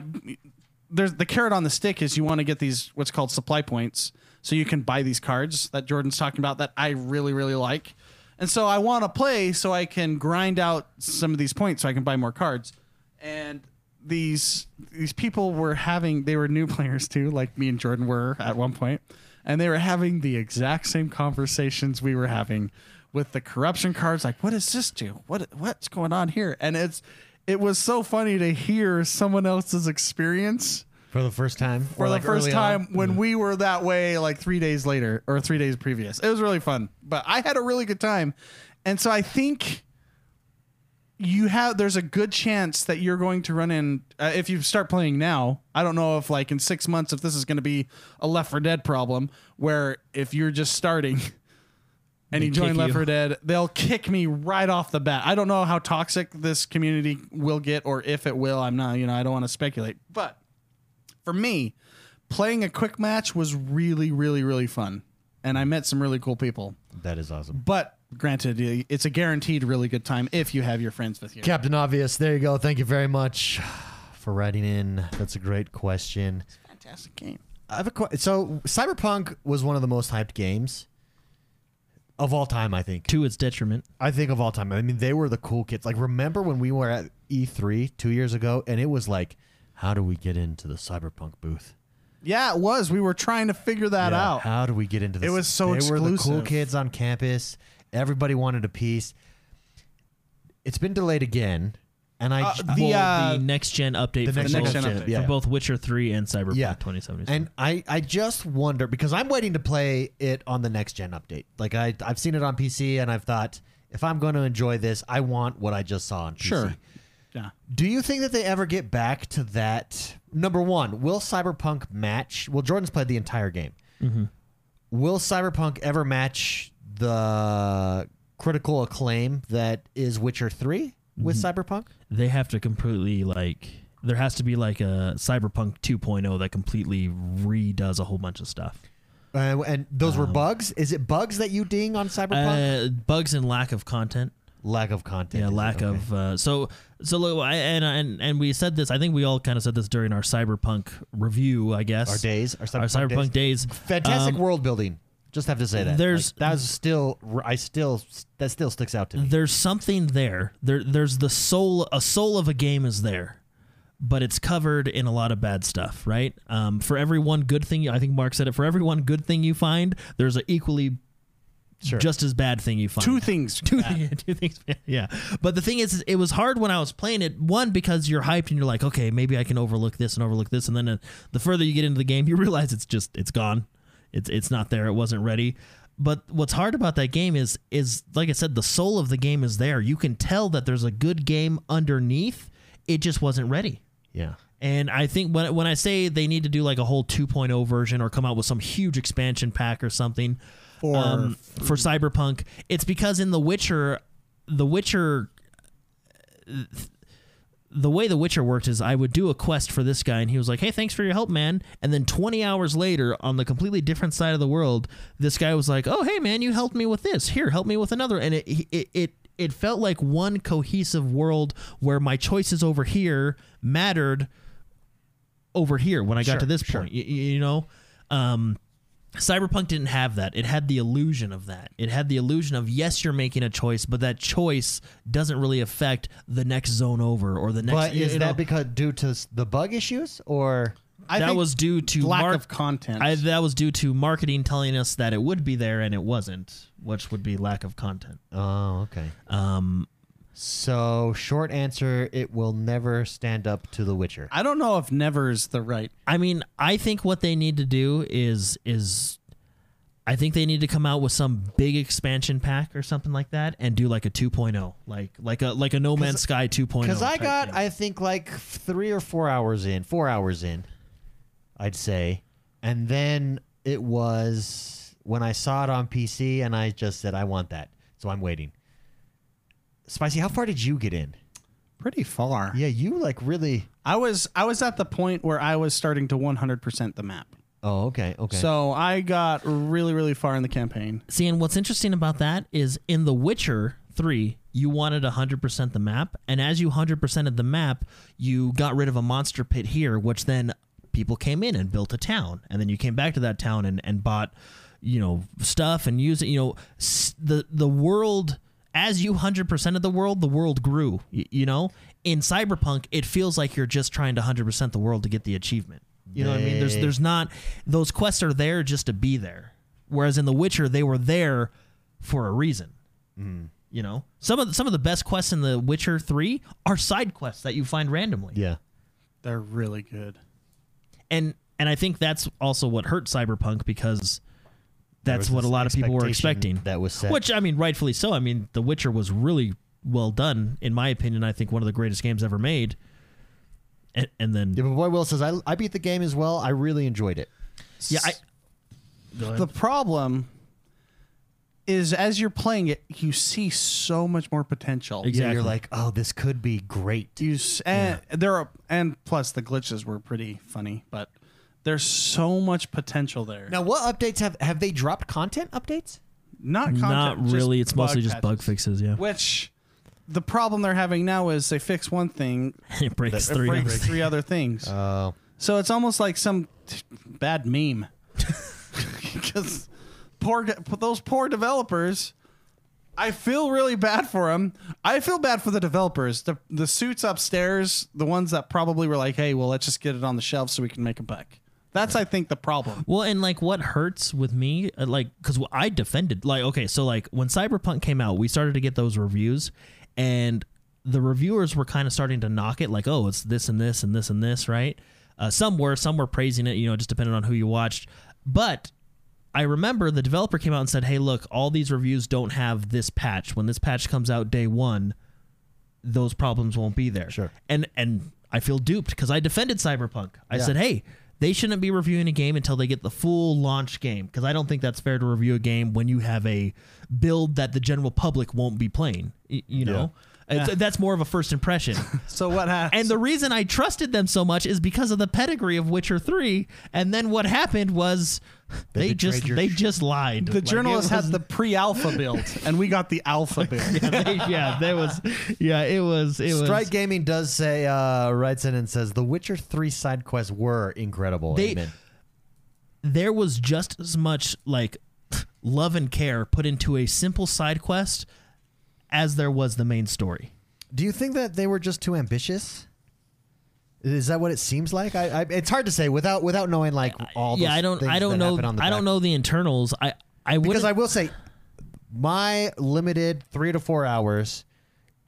Speaker 2: there's the carrot on the stick is you want to get these what's called supply points so you can buy these cards that jordan's talking about that i really really like and so i want to play so i can grind out some of these points so i can buy more cards and these these people were having they were new players too like me and jordan were at one point and they were having the exact same conversations we were having with the corruption cards like what does this do what what's going on here and it's it was so funny to hear someone else's experience
Speaker 1: for the first time.
Speaker 2: for the first time when we were that way like three days later or three days previous. It was really fun, but I had a really good time. And so I think you have there's a good chance that you're going to run in uh, if you start playing now. I don't know if like in six months if this is going to be a Left for Dead problem where if you're just starting. And
Speaker 3: They
Speaker 2: you join
Speaker 3: kick
Speaker 2: Left
Speaker 3: you.
Speaker 2: 4 Dead, they'll kick me right off the bat. I don't know how toxic this community will get or if it will. I'm not, you know, I don't want to speculate. But for me, playing a quick match was really, really, really fun. And I met some really cool people.
Speaker 1: That is awesome.
Speaker 2: But granted, i- it's a guaranteed really good time if you have your friends with you.
Speaker 1: Captain Obvious, there you go. Thank you very much for writing in. That's a great question.
Speaker 2: Fantastic game.
Speaker 1: I have a qu- so Cyberpunk was one of the most hyped games of all time, I think.
Speaker 3: to its detriment.
Speaker 1: I think of all time. I mean, they were the cool kids. Like, remember when we were at E3 two years ago, and it was like, how do we get into the Cyberpunk booth?
Speaker 2: Yeah, it was. We were trying to figure that
Speaker 1: Yeah,
Speaker 2: out.
Speaker 1: How do we get into this?
Speaker 2: It was so
Speaker 1: they were the cool
Speaker 2: exclusive.
Speaker 1: kids on campus. Everybody wanted a piece. It's been delayed again, and I
Speaker 2: Uh,
Speaker 1: j-
Speaker 2: The,
Speaker 3: Well,
Speaker 2: uh,
Speaker 3: the next gen update
Speaker 1: the
Speaker 3: for,
Speaker 1: next
Speaker 3: both,
Speaker 2: gen update,
Speaker 3: for
Speaker 1: yeah.
Speaker 3: both Witcher 3 and Cyberpunk
Speaker 1: Yeah.
Speaker 3: 2077.
Speaker 1: And I, I just wonder because I'm waiting to play it on the next gen update. Like I I've seen it on PC and I've thought if I'm going to enjoy this, I want what I just saw on PC.
Speaker 2: Sure. Yeah.
Speaker 1: Do you think that they ever get back to that? Number one, will Cyberpunk match? Well, Jordan's played the entire game.
Speaker 3: Mm-hmm.
Speaker 1: Will Cyberpunk ever match the critical acclaim that is Witcher Three with
Speaker 3: Mm-hmm.
Speaker 1: Cyberpunk?
Speaker 3: they have to completely like there has to be like a Cyberpunk 2.0 that completely redoes a whole bunch of stuff.
Speaker 1: Uh, and those were bugs. Is it bugs that you ding on Cyberpunk?
Speaker 3: Um, Uh, bugs and lack of content.
Speaker 1: lack of content.
Speaker 3: Yeah,
Speaker 1: is it?
Speaker 3: lack
Speaker 1: Okay.
Speaker 3: of uh, so so look, I, and and and we said this. I think we all kind of said this during our Cyberpunk review, I guess.
Speaker 1: our days. Our Cyberpunk,
Speaker 3: Our Cyberpunk
Speaker 1: days.
Speaker 3: days.
Speaker 1: Fantastic
Speaker 3: Um,
Speaker 1: world building. Just have to say that.
Speaker 3: there's-
Speaker 1: Like, that was still. I still. That still sticks out to me.
Speaker 3: there's something there. There there's the soul a soul of a game is there. But it's covered in a lot of bad stuff, right? Um, for every one good thing, I think Mark said it. For every one good thing you find, there's an equally
Speaker 1: Sure.
Speaker 3: just as bad thing you find.
Speaker 2: Two things.
Speaker 3: Two, thi- two things. Yeah. But the thing is, is it was hard when I was playing it. One, because you're hyped and you're like, okay, maybe I can overlook this and overlook this. And then uh, the further you get into the game, you realize it's just, it's gone. It's, it's not there. It wasn't ready. But what's hard about that game is, is like I said, the soul of the game is there. You can tell that there's a good game underneath. It just wasn't ready.
Speaker 1: yeah.
Speaker 3: And I think when when I say they need to do like a whole 2.0 version or come out with some huge expansion pack or something for for Cyberpunk, it's because in The Witcher, The Witcher the way The Witcher worked is I would do a quest for this guy, and he was like, "Hey, thanks for your help, man." And then 20 hours later, on the completely different side of the world, this guy was like, "Oh, hey, man, you helped me with this. Here, help me with another." And it it it, it felt like one cohesive world where my choices over here mattered over here when I got to this point. You, you know, um, Cyberpunk didn't have that. It had the illusion of that. It had the illusion of yes, you're making a choice, but that choice doesn't really affect the next zone over or the next.
Speaker 1: But
Speaker 3: you
Speaker 1: is
Speaker 3: know,
Speaker 1: that because due to s- the bug issues or?
Speaker 2: I
Speaker 3: that
Speaker 2: think
Speaker 3: was due to
Speaker 2: lack
Speaker 3: mar-
Speaker 2: of content.
Speaker 3: I, that was due to marketing telling us that it would be there and it wasn't, which would be lack of content.
Speaker 1: Oh, okay.
Speaker 3: Um,
Speaker 1: So short answer, it will never stand up to The Witcher.
Speaker 2: I don't know if never is the right.
Speaker 3: I mean, I think what they need to do is is I think they need to come out with some big expansion pack or something like that and do like a 2.0, like like a like a No Man's Sky 2.0.
Speaker 1: Because I
Speaker 3: type
Speaker 1: got,
Speaker 3: thing.
Speaker 1: I think, like three or four hours in, four hours in, I'd say, and then it was when I saw it on PC, and I just said, I want that, so I'm waiting. Spicy, how far did you get in?
Speaker 2: Pretty far.
Speaker 1: Yeah, you like really.
Speaker 2: I was I was at the point where I was starting to 100% the map.
Speaker 1: Oh, okay, okay.
Speaker 2: So I got really really far in the campaign.
Speaker 3: See, and what's interesting about that is in The Witcher 3, you wanted 100% the map, and as you 100%ed the map, you got rid of a monster pit here, which then people came in and built a town, and then you came back to that town and, and bought, you know, stuff and used it. You know, s- the the world as you 100% of the world, the world grew. y- you know, in Cyberpunk, it feels like you're just trying to 100% the world to get the achievement. You know what I mean? There's
Speaker 1: They-
Speaker 3: there's not those quests are there just to be there. Whereas in The Witcher, they were there for a reason.
Speaker 1: Mm-hmm.
Speaker 3: You know, some of the, some of the best quests in The Witcher Three are side quests that you find randomly.
Speaker 1: yeah,
Speaker 2: They're really good.
Speaker 3: and and I think that's also what hurt Cyberpunk because
Speaker 1: was
Speaker 3: that's what a
Speaker 1: this
Speaker 3: lot of people were
Speaker 1: expectation
Speaker 3: expecting.
Speaker 1: that was set.
Speaker 3: which I mean, rightfully so. I mean, The Witcher was really well done, in my opinion. I think one of the greatest games ever made. And, and then
Speaker 1: Yeah, but boy, Will says I, I beat the game as well. I really enjoyed it.
Speaker 3: yeah, I, Go ahead.
Speaker 2: The problem is as you're playing it, you see so much more potential.
Speaker 3: Exactly.
Speaker 1: Yeah, you're like, oh, this could be great.
Speaker 2: You s- and there are and plus the glitches were pretty funny, but there's so much potential there.
Speaker 1: Now, what updates have have they dropped? Content updates?
Speaker 2: not content,
Speaker 3: not
Speaker 2: just
Speaker 3: really. It's mostly just bug
Speaker 2: patches.
Speaker 3: fixes. Yeah,
Speaker 2: Which the problem they're having now is they fix one thing,
Speaker 3: it breaks
Speaker 2: it
Speaker 3: three.
Speaker 2: breaks three other things.
Speaker 1: Oh,
Speaker 2: So it's almost like some t- bad meme. Because poor de- those poor developers, I feel really bad for them. I feel bad for the developers, the the suits upstairs, the ones that probably were like, "Hey, well, let's just get it on the shelf so we can make a buck." That's, I think, the problem.
Speaker 3: Well, and like what hurts with me, uh, like because I defended, like okay, so like when Cyberpunk came out, we started to get those reviews, and the reviewers were kind of starting to knock it, like oh, it's this and this and this and this, right? Uh, some were, some were praising it, you know, just depending on who you watched. But I remember the developer came out and said, hey, look, all these reviews don't have this patch. When this patch comes out day one, those problems won't be there.
Speaker 1: Sure.
Speaker 3: And and I feel duped because I defended Cyberpunk. I said, hey, they shouldn't be reviewing a game until they get the full launch game because I don't think that's fair to review a game when you have a build that the general public won't be playing. y- You know, It's- that's more of a first impression.
Speaker 2: So what happened?
Speaker 3: And the reason I trusted them so much is because of the pedigree of Witcher 3. And then what happened was they,
Speaker 1: betrayed
Speaker 3: just
Speaker 1: your-
Speaker 3: they just lied.
Speaker 2: the journalist had the pre-alpha build, and we got the alpha build.
Speaker 3: they, yeah, there was yeah, it was it was
Speaker 1: Strike Gaming does say uh, writes in and says The Witcher Three side quests were incredible.
Speaker 3: They-
Speaker 1: Amen.
Speaker 3: there was just as much like love and care put into a simple side quest as there was the main story.
Speaker 1: Do you think that they were just too ambitious? Is that what it seems like? I, I it's hard to say without without knowing like all.
Speaker 3: yeah,
Speaker 1: those
Speaker 3: I don't
Speaker 1: things
Speaker 3: I
Speaker 1: that
Speaker 3: don't know
Speaker 1: happen on the
Speaker 3: I don't
Speaker 1: back
Speaker 3: know the internals. I I
Speaker 1: because
Speaker 3: wouldn't
Speaker 1: I will say, my limited three to four hours,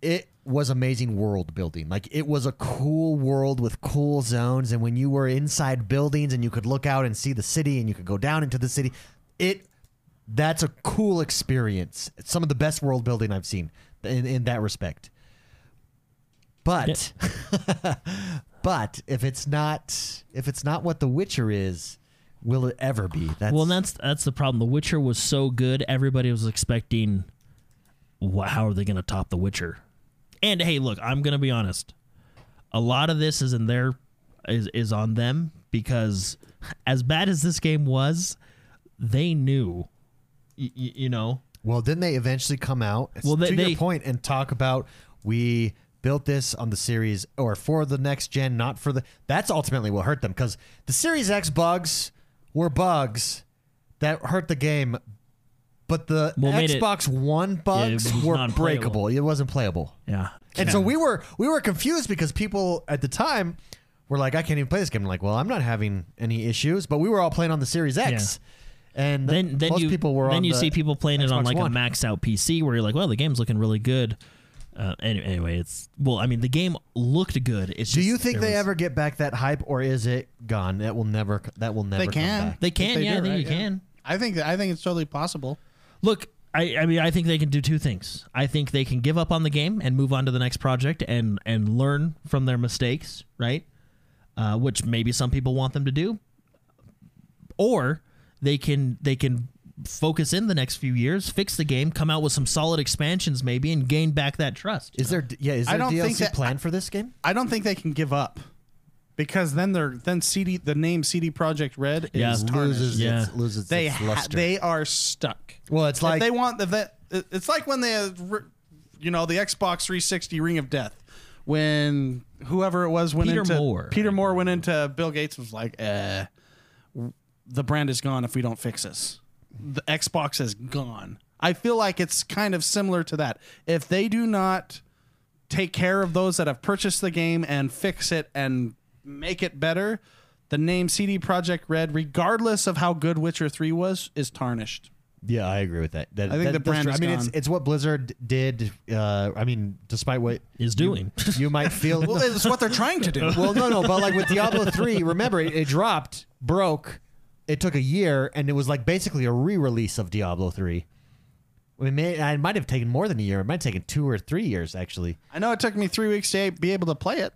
Speaker 1: it was amazing world building. Like it was a cool world with cool zones, and when you were inside buildings and you could look out and see the city, and you could go down into the city, it that's a cool experience. It's some of the best world building I've seen in, in that respect. But, but if it's not if it's not what The Witcher is, will it ever be? That's,
Speaker 3: Well, and that's that's the problem. The Witcher was so good, everybody was expecting, "Wha- how are they going to top The Witcher? And hey, look, I'm going to be honest. A lot of this is in their is is on them because as bad as this game was, they knew, y- y- you know.
Speaker 1: Well, didn't they eventually come out
Speaker 3: Well, they-
Speaker 1: to
Speaker 3: they-
Speaker 1: your point and talk about we built this on the series or for the next gen, not for the. That's ultimately what hurt them because the Series X bugs were bugs that hurt the game, but the
Speaker 3: Well, made it-
Speaker 1: Xbox One bugs
Speaker 3: was
Speaker 1: were
Speaker 3: non-playable.
Speaker 1: breakable. It wasn't playable.
Speaker 3: Yeah.
Speaker 1: And so we were we were confused because people at the time were like, I can't even play this game. I'm like, well, I'm not having any issues, but we were all playing on the Series X. And
Speaker 3: then then
Speaker 1: most
Speaker 3: you
Speaker 1: people were
Speaker 3: then
Speaker 1: on
Speaker 3: you
Speaker 1: the
Speaker 3: see people playing it on
Speaker 1: Xbox
Speaker 3: like a
Speaker 1: One.
Speaker 3: max out PC where you're like, well, the game's looking really good. Uh, any- anyway, it's well, I mean, the game looked good. It's
Speaker 1: Do
Speaker 3: just
Speaker 1: you think
Speaker 3: there
Speaker 1: they
Speaker 3: was-
Speaker 1: ever get back that hype, or is it gone? That will never. That will never.
Speaker 2: They
Speaker 1: Come
Speaker 2: can.
Speaker 1: back.
Speaker 3: They can,
Speaker 2: If
Speaker 3: yeah, I
Speaker 2: do,
Speaker 3: think
Speaker 2: right?
Speaker 3: you can.
Speaker 2: I think I think it's totally possible.
Speaker 3: Look, I, I mean, I think they can do two things. I think they can give up on the game and move on to the next project and and learn from their mistakes, right? Uh, which maybe some people want them to do, or they can they can focus in the next few years, fix the game, come out with some solid expansions maybe, and gain back that trust.
Speaker 1: Is there? Yeah. Is
Speaker 2: I
Speaker 1: there
Speaker 2: don't
Speaker 1: DLC
Speaker 2: think that-
Speaker 1: planned for this game?
Speaker 2: I don't think they can give up because then they're then CD the name CD Project Red
Speaker 3: Yeah.
Speaker 2: is tarnished.
Speaker 1: Loses.
Speaker 3: Yeah.
Speaker 1: Its, loses
Speaker 2: They
Speaker 1: its
Speaker 2: ha-
Speaker 1: luster.
Speaker 2: they are stuck.
Speaker 1: well, it's
Speaker 2: if
Speaker 1: like
Speaker 2: they want if that it- it's like when they uh, re- you know the Xbox 360 Ring of Death when whoever it was went
Speaker 3: Peter
Speaker 2: into
Speaker 3: Moore.
Speaker 2: Peter Moore went into Bill Gates was like uh the brand is gone if we don't fix this. The Xbox is gone. I feel like it's kind of similar to that. If they do not take care of those that have purchased the game and fix it and make it better, the name CD Project Red, regardless of how good Witcher 3 was, is tarnished.
Speaker 5: Yeah, I agree with that. that
Speaker 2: I think
Speaker 5: that-
Speaker 2: the
Speaker 5: that's
Speaker 2: brand
Speaker 5: true.
Speaker 2: is
Speaker 5: I mean, it's
Speaker 2: gone.
Speaker 1: It's what Blizzard did. Uh, I mean, despite what
Speaker 3: Is doing.
Speaker 1: you might feel.
Speaker 2: Well, it's what they're trying to do.
Speaker 1: well, no, no, but like with Diablo three, remember it, it dropped, broke. It took a year, and it was like basically a re-release of Diablo three. We may, I might have taken more than a year. It might have taken two or three years actually.
Speaker 2: I know it took me three weeks to be able to play it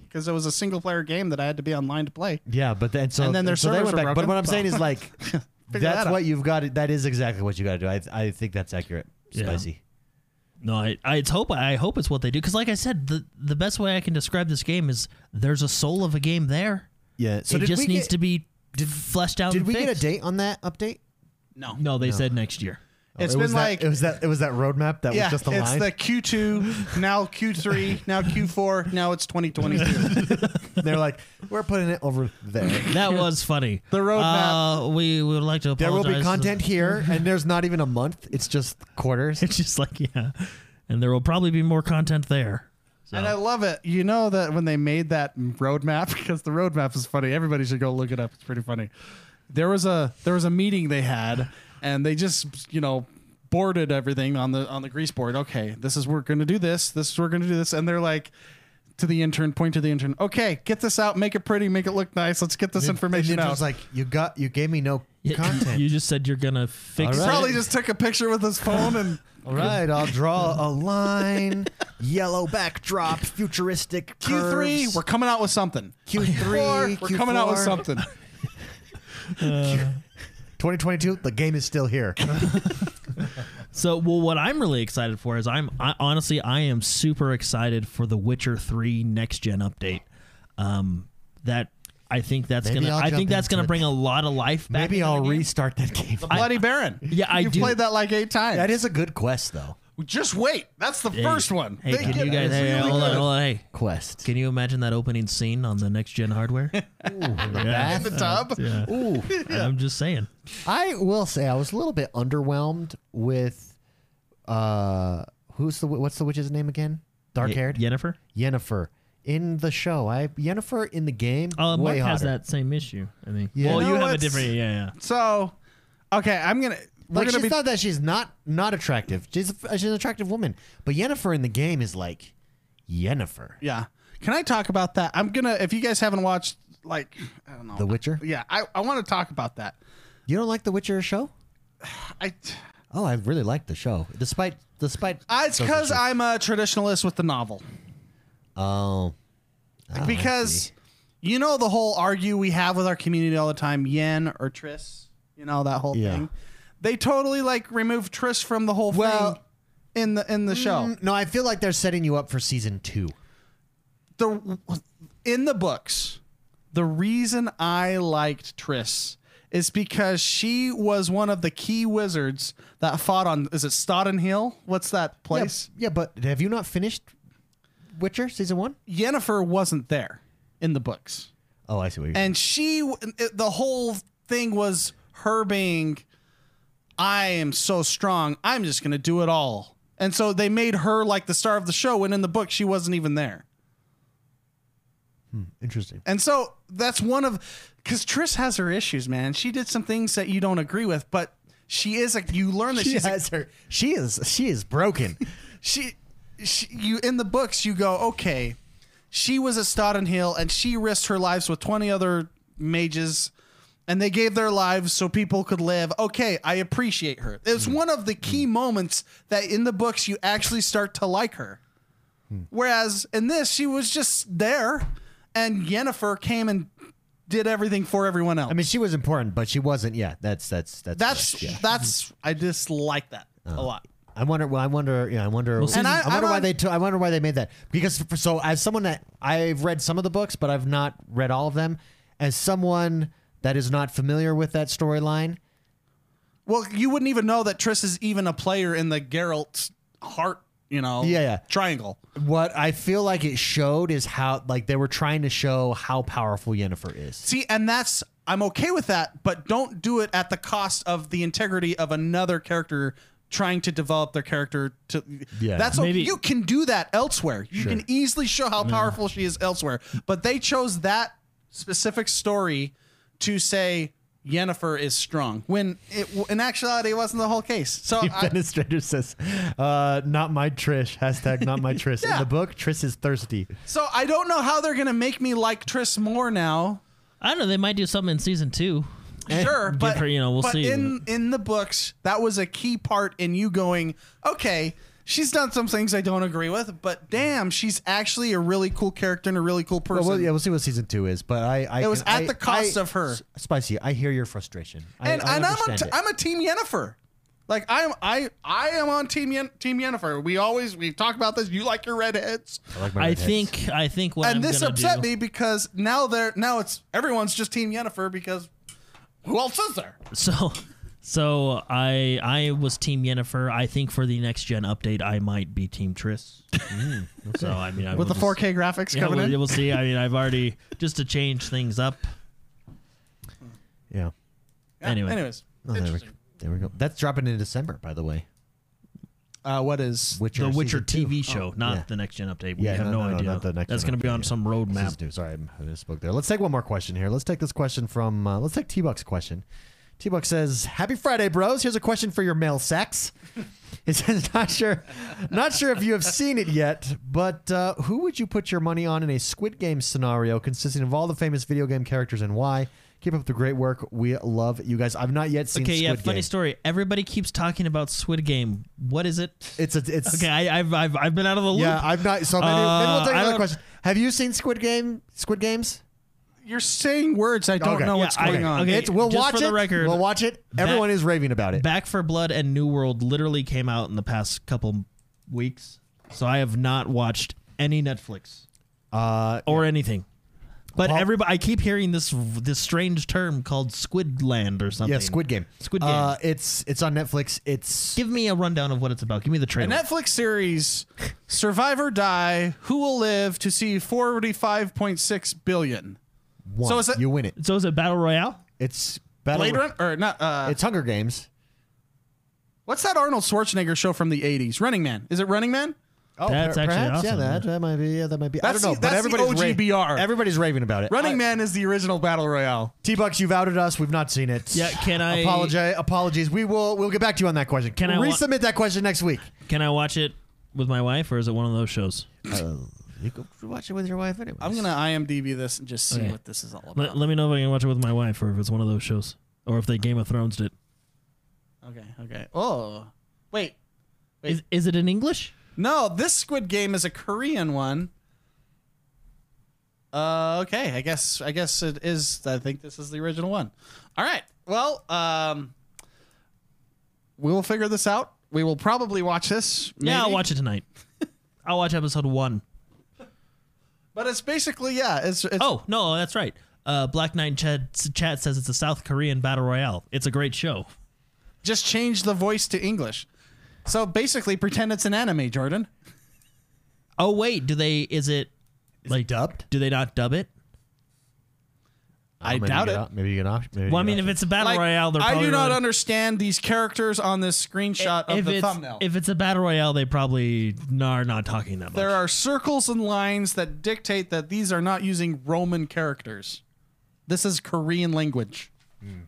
Speaker 2: because it was a single player game that I had to be online to play.
Speaker 1: Yeah, but then so
Speaker 2: And then their
Speaker 1: so they
Speaker 2: servers
Speaker 1: went
Speaker 2: were
Speaker 1: back. But
Speaker 2: broken,
Speaker 1: what I'm
Speaker 2: so-
Speaker 1: saying is like that's
Speaker 2: that out.
Speaker 1: what you've got. to- That is exactly what you got to do. I I think that's accurate.
Speaker 3: Yeah.
Speaker 1: Spicy.
Speaker 3: No, I, I it's hope I hope it's what they do because, like I said, the the best way I can describe this game is there's a soul of a game there.
Speaker 1: Yeah. So
Speaker 3: it
Speaker 1: did
Speaker 3: just
Speaker 1: we
Speaker 3: needs
Speaker 1: get,
Speaker 3: to be fleshed out.
Speaker 1: Did
Speaker 3: and
Speaker 1: we get a
Speaker 3: fixed.
Speaker 1: date on that update?
Speaker 2: No,
Speaker 3: No, they said next year.
Speaker 1: Oh, It
Speaker 2: it's been
Speaker 1: was that-
Speaker 2: like
Speaker 1: it was that it was that roadmap that
Speaker 2: yeah,
Speaker 1: was just a
Speaker 2: it's
Speaker 1: line.
Speaker 2: the Q2, now Q3, now Q4, now it's 2022.
Speaker 1: They're like, we're putting it over there.
Speaker 3: That was funny.
Speaker 2: The roadmap.
Speaker 3: Uh, we we would like to
Speaker 1: There
Speaker 3: apologize.
Speaker 1: will be
Speaker 3: to-
Speaker 1: content here, and there's not even a month. It's just quarters.
Speaker 3: It's just like yeah, and there will probably be more content there.
Speaker 2: And I love it.
Speaker 4: You know that when they made that roadmap, because the roadmap is funny. Everybody should go look it up. It's pretty funny. There was a there was a meeting they had, and they just you know boarded everything on the on the grease board. Okay, this is we're going to do this. This is we're going to do this, and they're like. To the intern, point to the intern. Okay, get this out, make it pretty, make it look nice. Let's get this information
Speaker 1: And
Speaker 4: out.
Speaker 1: it's like you got, you gave me no
Speaker 3: Yeah,
Speaker 1: content.
Speaker 3: You just said you're gonna fix.
Speaker 1: All
Speaker 3: it.
Speaker 1: right.
Speaker 4: Probably just took a picture with his phone and
Speaker 1: All right, I'll draw a line. Yellow backdrop, futuristic.
Speaker 2: Q3,
Speaker 1: curves.
Speaker 2: we're coming out with something.
Speaker 1: Q3,
Speaker 4: we're coming out with
Speaker 1: Q4.
Speaker 4: something.
Speaker 1: 2022. The game is still here.
Speaker 3: So, well, what I'm really excited for is I'm I, honestly I am super excited for the Witcher Three next gen update. Um, that I think that's
Speaker 1: Maybe
Speaker 3: gonna
Speaker 1: I'll
Speaker 3: I think
Speaker 1: jump
Speaker 3: that's gonna
Speaker 1: into it.
Speaker 3: bring a lot of life back.
Speaker 1: Maybe
Speaker 3: into
Speaker 1: I'll
Speaker 3: the game.
Speaker 1: restart that game.
Speaker 2: Bloody Baron.
Speaker 3: Yeah, I
Speaker 2: You've
Speaker 3: do.
Speaker 2: played that like eight times.
Speaker 1: That is a good quest, though.
Speaker 2: Just wait. That's the
Speaker 3: Hey,
Speaker 2: first one.
Speaker 3: Hey,
Speaker 2: They
Speaker 3: can
Speaker 2: get
Speaker 3: you guys?
Speaker 2: it.
Speaker 3: Hey, hold on, hold on, hey.
Speaker 1: Quest.
Speaker 3: Can you imagine that opening scene on the next gen hardware?
Speaker 1: Bath.
Speaker 2: the tub.
Speaker 3: Uh, yeah.
Speaker 1: Ooh.
Speaker 3: I'm just saying.
Speaker 1: I will say I was a little bit underwhelmed with uh who's the what's the witch's name again? Dark haired
Speaker 3: Jennifer.
Speaker 1: Yennefer in the show. I Yennefer in the game.
Speaker 3: Oh, Mike
Speaker 1: way
Speaker 3: has
Speaker 1: hotter.
Speaker 3: that same issue. I think.
Speaker 1: Yeah.
Speaker 3: Well,
Speaker 1: You
Speaker 3: you,
Speaker 1: know
Speaker 3: have a
Speaker 2: what's-
Speaker 3: different. Yeah, yeah.
Speaker 2: So, okay, I'm gonna. We're
Speaker 1: Like
Speaker 2: gonna
Speaker 1: she's
Speaker 2: be
Speaker 1: not that she's not not attractive. She's a, she's an attractive woman, but Yennefer in the game is like Yennefer.
Speaker 2: Yeah. Can I talk about that? I'm gonna. If you guys haven't watched, like, I don't know,
Speaker 1: The Witcher?
Speaker 2: Yeah, I, I want to talk about that.
Speaker 1: You don't like the Witcher show?
Speaker 2: I,
Speaker 1: Oh, I really like the show, despite despite.
Speaker 2: I it's
Speaker 1: those
Speaker 2: because
Speaker 1: issues.
Speaker 2: I'm a traditionalist with the novel.
Speaker 1: Oh, I
Speaker 2: because
Speaker 1: see.
Speaker 2: you know the whole argue we have with our community all the time, Yen or Triss. You know that whole
Speaker 1: Yeah.
Speaker 2: thing. They totally like removed Triss from the whole
Speaker 1: Well-
Speaker 2: thing in the in the show.
Speaker 1: Mm, no, I feel like they're setting you up for season two.
Speaker 2: the in the books, the reason I liked Triss is because she was one of the key wizards that fought on is it Stodden Hill? What's that
Speaker 1: Yeah,
Speaker 2: place?
Speaker 1: Yeah, but have you not finished Witcher season one?
Speaker 2: Yennefer wasn't there in the books.
Speaker 1: Oh, I see what you're
Speaker 2: And she it- the whole thing was her being I am so strong. I'm just going to do it all. And so they made her like the star of the show when in the book she wasn't even there.
Speaker 1: Interesting.
Speaker 2: And so that's one of because Triss has her issues, man. She did some things that you don't agree with, but she is like you learn that
Speaker 1: She
Speaker 2: she's
Speaker 1: has her. She is. She is broken.
Speaker 2: she, she you in the books you go okay. She was at Stodden Hill and she risked her lives with twenty other mages, and they gave their lives so people could live. Okay, I appreciate her. It's
Speaker 1: Hmm.
Speaker 2: one of the key moments that in the books you actually start to like her.
Speaker 1: Hmm.
Speaker 2: Whereas in this, she was just there, and Yennefer came and did everything for everyone else.
Speaker 1: I mean, she was important, but she wasn't. Yeah, that's that's that's.
Speaker 2: That's
Speaker 1: yeah. Uh,
Speaker 2: that's I dislike that a lot.
Speaker 1: I wonder. Well, I wonder. Yeah, I wonder.
Speaker 3: season-
Speaker 1: and I,
Speaker 2: I'm
Speaker 1: I wonder why
Speaker 2: on-
Speaker 1: they. took I wonder why they made that. Because for, so, as someone that I've read some of the books, but I've not read all of them. As someone that is not familiar with that storyline,
Speaker 2: Well, you wouldn't even know that Triss is even a player in the Geralt heart, you know,
Speaker 1: Yeah, yeah.
Speaker 2: triangle.
Speaker 1: what I feel like it showed is how like they were trying to show how powerful Yennefer is.
Speaker 2: See, and that's I'm okay with that, but don't do it at the cost of the integrity of another character trying to develop their character to
Speaker 1: Yeah.
Speaker 2: that's
Speaker 3: Maybe-
Speaker 2: okay. you can do that elsewhere you can easily show how powerful she is elsewhere but they chose that specific story to say
Speaker 4: Yennefer is strong when it w- in actuality it wasn't the whole case. So
Speaker 1: The
Speaker 4: I,
Speaker 1: administrator says, uh, "Not my Trish." Hashtag not my Trish. In
Speaker 4: Yeah.
Speaker 1: the book, Trish is thirsty.
Speaker 4: so I don't know how they're gonna make me like Triss more now.
Speaker 3: I don't know. They might do something in season two.
Speaker 4: Sure,
Speaker 3: Eh, give
Speaker 4: but
Speaker 3: her- you know, we'll
Speaker 4: but
Speaker 3: see.
Speaker 4: In in the books, that was a key part in you going, okay, she's done some things I don't agree with, but damn, she's actually a really cool character and a really cool person.
Speaker 1: Well, well, yeah, we'll see what season two is, but I, I
Speaker 4: It was
Speaker 1: can-
Speaker 4: at
Speaker 1: I-
Speaker 4: the cost
Speaker 1: I-
Speaker 4: of her.
Speaker 1: S- Spicy, I hear your frustration, I-
Speaker 4: and
Speaker 1: I
Speaker 4: and I'm on
Speaker 1: understand
Speaker 4: t-
Speaker 1: it.
Speaker 4: I'm a team Yennefer. Like I'm I I am on team Yen- team Yennefer. We always we talk about this. You like your redheads,
Speaker 1: I like my
Speaker 3: I
Speaker 1: redheads.
Speaker 3: think. I think what
Speaker 4: and
Speaker 3: I'm
Speaker 4: this
Speaker 3: gonna
Speaker 4: upset
Speaker 3: do-
Speaker 4: me because now they're now it's everyone's just team Yennefer because who else is there?
Speaker 3: So, so I I was Team Yennefer. I think for the next gen update, I might be Team Triss. So I mean, I
Speaker 4: Mm, With
Speaker 3: will
Speaker 4: the
Speaker 3: just-
Speaker 4: 4K graphics
Speaker 3: yeah,
Speaker 4: coming
Speaker 3: we'll,
Speaker 4: in,
Speaker 3: we'll see. I mean, I've already just to change things up.
Speaker 1: yeah.
Speaker 4: Yeah,
Speaker 3: anyway.
Speaker 4: Anyways,
Speaker 1: Oh, there, we, there we go. That's dropping in December, by the way.
Speaker 4: uh, what is
Speaker 1: Witcher,
Speaker 3: the Witcher
Speaker 1: season two.
Speaker 3: TV show, not
Speaker 1: Oh, yeah.
Speaker 3: the next gen update. We
Speaker 1: Yeah,
Speaker 3: have
Speaker 1: no,
Speaker 3: no,
Speaker 1: no, no,
Speaker 3: idea.
Speaker 1: not the next
Speaker 3: That's
Speaker 1: gen
Speaker 3: going to be
Speaker 1: update,
Speaker 3: on
Speaker 1: yeah.
Speaker 3: some
Speaker 1: Season
Speaker 3: roadmap.
Speaker 1: two. Sorry, I'm- I misspoke there. Let's take one more question here. Let's take this question from. Uh, let's take T Buck's question. T Buck says, "Happy Friday, bros. Here's a question for your male sex." It says, "Not sure, not sure if you have seen it yet, but uh, who would you put your money on in a Squid Game scenario consisting of all the famous video game characters and why?" Keep up the great work. We love you guys. I've not yet seen.
Speaker 3: Okay,
Speaker 1: Squid
Speaker 3: yeah.
Speaker 1: Game.
Speaker 3: Funny story. Everybody keeps talking about Squid Game. What is it?
Speaker 1: It's a. It's
Speaker 3: Okay, I, I've, I've I've been out of the loop.
Speaker 1: Yeah, I've not. So maybe, maybe we'll
Speaker 3: Uh,
Speaker 1: take
Speaker 3: I
Speaker 1: another
Speaker 3: don't-
Speaker 1: question. Have you seen Squid Game? Squid Games?
Speaker 4: you're saying words I don't
Speaker 1: Okay.
Speaker 4: know
Speaker 1: Yeah,
Speaker 4: what's
Speaker 3: I-
Speaker 4: going on.
Speaker 3: okay.
Speaker 1: It's we'll
Speaker 3: just
Speaker 1: watch
Speaker 3: for the
Speaker 1: it.
Speaker 3: record,
Speaker 1: we'll watch it. Everyone is raving about it.
Speaker 3: Back for Blood and New World literally came out in the past couple weeks, so I have not watched any Netflix
Speaker 1: Uh,
Speaker 3: or anything. But
Speaker 1: Well-
Speaker 3: everybody, I keep hearing this this strange term called Squidland or something.
Speaker 1: yeah, Squid Game.
Speaker 3: Squid Game.
Speaker 1: Uh, it's it's on Netflix. It's
Speaker 3: Give me a rundown of what it's about. Give me the
Speaker 4: A
Speaker 3: trailer.
Speaker 4: Netflix series, Survive or Die, Who Will Live to See 45.6 billion.
Speaker 1: one.
Speaker 4: So is it-
Speaker 1: you win it.
Speaker 3: so is it battle royale?
Speaker 1: It's battle.
Speaker 4: Blade Runner? Or not, uh,
Speaker 1: It's Hunger Games.
Speaker 4: what's that Arnold Schwarzenegger show from the 80s? Running Man. Is it Running Man?
Speaker 1: Oh,
Speaker 3: That's
Speaker 1: per-
Speaker 3: actually
Speaker 1: perhaps,
Speaker 3: awesome,
Speaker 1: Yeah, that,
Speaker 3: yeah.
Speaker 1: that might be. Yeah, that might be.
Speaker 4: That's
Speaker 1: I don't know.
Speaker 4: the-
Speaker 1: but
Speaker 4: that's the
Speaker 1: everybody's ra-
Speaker 4: OGBR.
Speaker 1: everybody's raving about it.
Speaker 4: Running Man is the original Battle Royale.
Speaker 1: T Bucks, you've outed us. We've not seen it.
Speaker 3: Yeah, can I-
Speaker 1: apologize? Apologies. We will. We'll get back to you on that question.
Speaker 3: Can I
Speaker 1: we'll
Speaker 3: wa-
Speaker 1: resubmit that question next week?
Speaker 3: Can I watch it with my wife, or is it one of those shows?
Speaker 1: You go watch it with your wife anyway.
Speaker 4: I'm going to IMDb this and just see
Speaker 3: Okay.
Speaker 4: what this is all about.
Speaker 3: Let, let me know if I can watch it with my wife, or if it's one of those shows, or if they Game of Thrones it.
Speaker 4: okay, okay. Oh. Wait. Wait.
Speaker 3: Is, is it in English?
Speaker 4: No, this Squid Game is a Korean one. Uh, okay, I guess I guess it is. I think this is the original one. All right. Well, um, we will figure this out. We will probably watch this.
Speaker 3: Yeah, I'll
Speaker 4: maybe.
Speaker 3: watch it tonight. I'll watch episode one.
Speaker 4: But it's basically yeah. It's, it's
Speaker 3: Oh no, that's right. Uh, Black Nine Chad chat says it's a South Korean battle royale. It's a great show.
Speaker 4: just change the voice to English. So basically, pretend it's an anime, Jordan.
Speaker 3: Oh wait, do they? Is it like
Speaker 1: dubbed?
Speaker 3: Do they not dub it?
Speaker 4: I doubt it.
Speaker 1: Uh, Maybe you get off. Maybe you
Speaker 3: Well,
Speaker 1: get
Speaker 3: I mean,
Speaker 1: off-
Speaker 3: if it's a battle
Speaker 4: Like,
Speaker 3: royale, they're
Speaker 4: I
Speaker 3: probably
Speaker 4: do not
Speaker 3: really-
Speaker 4: understand these characters on this screenshot of
Speaker 3: if
Speaker 4: the
Speaker 3: it's,
Speaker 4: thumbnail.
Speaker 3: If it's a battle royale, they probably are not talking that much.
Speaker 4: There are circles and lines that dictate that these are not using Roman characters. This is Korean language.
Speaker 3: Hmm.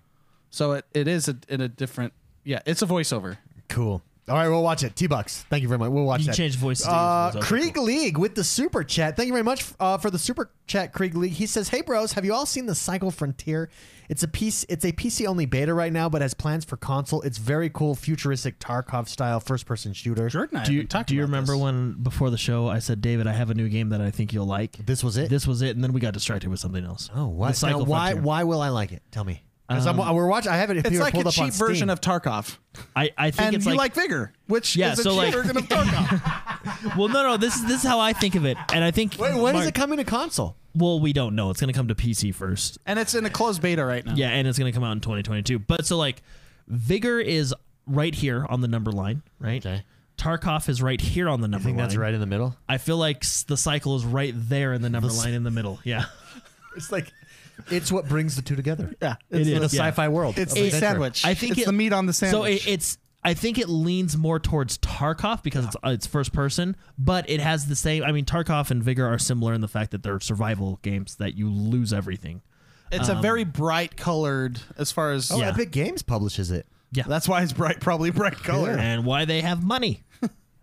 Speaker 4: So it, it is a, in a different. Yeah, it's a voiceover.
Speaker 1: Cool. All right, we'll watch it. T Bucks, thank you very much. We'll watch
Speaker 3: You
Speaker 1: that.
Speaker 3: changed voices to
Speaker 1: Uh,
Speaker 3: use those.
Speaker 1: Krieg League with the super chat. Thank you very much uh, for the super chat, Krieg League. He says, "Hey bros, have you all seen the Cycle Frontier? It's a piece. It's a PC only beta right now, but has plans for console. It's very cool, futuristic Tarkov style first person shooter.
Speaker 4: Jordan, I
Speaker 3: Do you, do you remember when before the show I said, David, I have a new game that I think you'll like?
Speaker 1: This was it.
Speaker 3: This was it, and then we got distracted with something else.
Speaker 1: oh,
Speaker 3: The
Speaker 1: what? Now,
Speaker 3: Cycle
Speaker 1: why?
Speaker 3: Frontier.
Speaker 1: Why will I like it? Tell me. Because I'm, we're watching. I have it
Speaker 4: Um, It's
Speaker 1: here
Speaker 4: like
Speaker 1: pulled
Speaker 4: a
Speaker 1: up on
Speaker 4: cheap version
Speaker 1: Steam.
Speaker 4: of Tarkov,
Speaker 3: I, I think
Speaker 4: and
Speaker 3: it's
Speaker 4: you like Vigor, which
Speaker 3: Yeah,
Speaker 4: is a
Speaker 3: so,
Speaker 4: cheap
Speaker 3: like-
Speaker 4: version of Tarkov.
Speaker 3: well, no, no. This is this is how I think of it, and I think
Speaker 1: Wait, when is
Speaker 3: Mark-
Speaker 1: it coming to console?
Speaker 3: Well, we don't know. It's going to come to PC first.
Speaker 4: and it's in a closed beta right now.
Speaker 3: Yeah, and it's going to come out in 2022. But so like Vigor is right here on the number line, right?
Speaker 1: Okay.
Speaker 3: Tarkov is right here on the number line.
Speaker 1: in the middle.
Speaker 3: I feel like s- the cycle is right there in the number line in the middle. Yeah.
Speaker 1: It's like, it's what brings the two together.
Speaker 4: Yeah,
Speaker 1: it's
Speaker 3: It
Speaker 1: in a
Speaker 3: is, yeah.
Speaker 1: sci-fi world.
Speaker 4: It's
Speaker 1: of
Speaker 4: the
Speaker 1: adventure.
Speaker 4: sandwich.
Speaker 3: I think
Speaker 4: it's
Speaker 3: it-
Speaker 4: the meat on the
Speaker 3: So
Speaker 4: sandwich.
Speaker 3: it, it's I think it leans more towards Tarkov because it's uh, it's first person, but it has the same. I mean, Tarkov and Vigor are similar in the fact that they're survival games that you lose everything.
Speaker 2: It's a very bright colored as far as
Speaker 1: Oh,
Speaker 3: Yeah.
Speaker 1: Epic Games publishes it.
Speaker 2: That's why it's bright, probably bright color.
Speaker 3: and why they have money.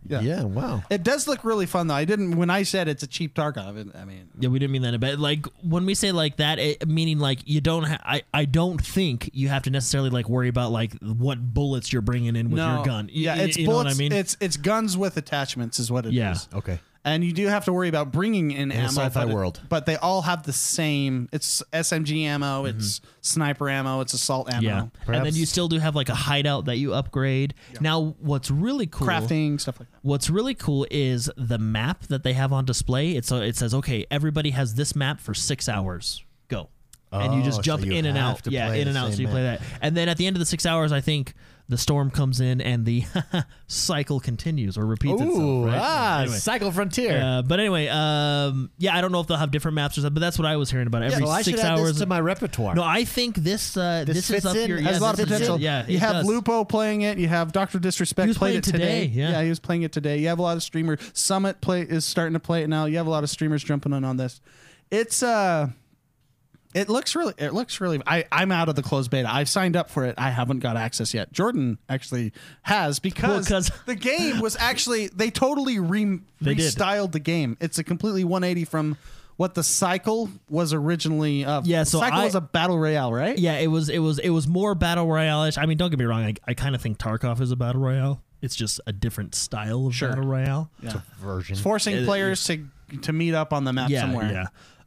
Speaker 1: Yeah. wow.
Speaker 2: It does look really fun though. I didn't when I said it's a cheap Tarkov. I didn't- I mean,
Speaker 3: Yeah, we didn't mean that in a bad. Like when we say like that, it, meaning like you don't. Ha- I I don't think you have to necessarily like worry about like what bullets you're bringing in with your gun. Y-
Speaker 2: Yeah,
Speaker 3: y-
Speaker 2: it's
Speaker 3: you
Speaker 2: bullets.
Speaker 3: Know what I mean,
Speaker 2: It's it's guns with attachments is what it is.
Speaker 3: Yeah.
Speaker 1: Okay.
Speaker 2: And you do have to worry about bringing in,
Speaker 1: a
Speaker 2: ammo.
Speaker 1: sci-fi
Speaker 2: but it-
Speaker 1: world.
Speaker 2: but they all have the same. It's SMG ammo. It's sniper ammo. It's assault ammo.
Speaker 3: Mm-hmm. yeah. And then
Speaker 1: Perhaps-
Speaker 3: you still do have like a hideout that you upgrade. Now, what's really cool?
Speaker 2: Crafting stuff like that.
Speaker 3: What's really cool is the map that they have on display. It's a, it says, okay, everybody has this map for six hours. Go, and you
Speaker 1: Oh,
Speaker 3: just
Speaker 1: so
Speaker 3: jump
Speaker 1: you
Speaker 3: in and
Speaker 1: have
Speaker 3: out.
Speaker 1: to
Speaker 3: Yeah,
Speaker 1: play
Speaker 3: in
Speaker 1: the
Speaker 3: and out. So
Speaker 1: same
Speaker 3: you play that, and then at the end of the six hours, I think the storm comes in and the cycle continues or repeats itself. Right?
Speaker 1: ah,
Speaker 3: Anyway.
Speaker 1: Cycle Frontier.
Speaker 3: Uh, but anyway, um, yeah, I don't know if they'll have different maps or something, but that's what I was hearing about. Every
Speaker 1: so I should
Speaker 3: six
Speaker 1: add
Speaker 3: hours.
Speaker 1: this to my repertoire.
Speaker 3: no, I think this uh, this,
Speaker 1: fits
Speaker 3: is up
Speaker 1: in,
Speaker 3: your
Speaker 1: has
Speaker 3: yeah,
Speaker 2: There's a lot of
Speaker 3: this is-
Speaker 2: potential.
Speaker 3: Yeah,
Speaker 2: you
Speaker 3: it
Speaker 2: have
Speaker 3: does.
Speaker 2: Lupo playing it. You have Doctor Disrespect
Speaker 3: He was
Speaker 2: played
Speaker 3: playing
Speaker 2: it today.
Speaker 3: today, yeah.
Speaker 2: he was playing it today. You have a lot of streamers. Summit play is starting to play it now. You have a lot of streamers jumping in on this. It's uh, it looks really. It looks really. I I'm out of the closed beta. I've signed up for it. I haven't got access yet. Jordan actually has because
Speaker 3: Well, 'cause-
Speaker 2: the game was actually they totally re-
Speaker 3: did.
Speaker 2: restyled the game. It's a completely 180 from. What the cycle was originally of?
Speaker 3: Yeah, so
Speaker 2: cycle
Speaker 3: I-
Speaker 2: was a battle royale, right?
Speaker 3: Yeah, it was it was it was more battle royale-ish. I mean, don't get me wrong. I, I kind of think Tarkov is a battle royale. It's just a different style of battle royale.
Speaker 2: yeah.
Speaker 1: version.
Speaker 2: forcing players to to meet up on the map
Speaker 3: yeah,
Speaker 2: somewhere.
Speaker 3: yeah.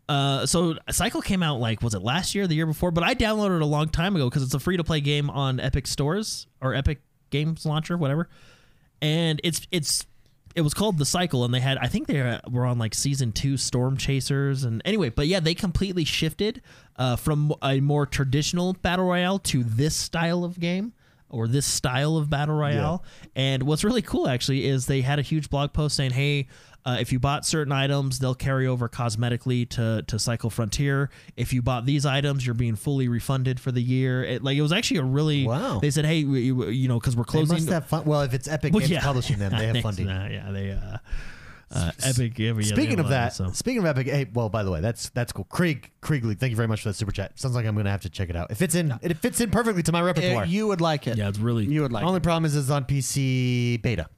Speaker 3: Uh, so Cycle came out like was it last year, or the year before? But I downloaded it a long time ago because it's a free to play game on Epic Stores or Epic Games Launcher, whatever. And it's it's it was called the Cycle, and they had I think they were on like season two Storm Chasers, and anyway, but yeah, they completely shifted uh, from a more traditional battle royale to this style of game or this style of battle royale. And what's really cool actually is they had a huge blog post saying, "Hey, uh, if you bought certain items, they'll carry over cosmetically to to Cycle Frontier. If you bought these items, you're being fully refunded for the year." It, like it was actually a really
Speaker 1: Wow.
Speaker 3: They said, "Hey, we, we- you know, because we're
Speaker 1: They
Speaker 3: closing."
Speaker 1: must have fun. Well, if it's Epic
Speaker 3: Well,
Speaker 1: Games
Speaker 3: yeah.
Speaker 1: publishing them, they have
Speaker 3: Thanks.
Speaker 1: funding.
Speaker 3: Nah, yeah, they. Uh, uh, epic. Yeah, yeah, they
Speaker 1: Speaking of
Speaker 3: have a lot,
Speaker 1: that,
Speaker 3: so.
Speaker 1: speaking of Epic, hey, well, by the way, that's that's cool. Krieg Kriegley, thank you very much for that super chat. Sounds like I'm gonna have to check it out. It fits in. It fits in perfectly to my repertoire.
Speaker 2: It- you would like it.
Speaker 3: yeah, it's really
Speaker 2: you would like
Speaker 1: Only problem is it's on PC beta.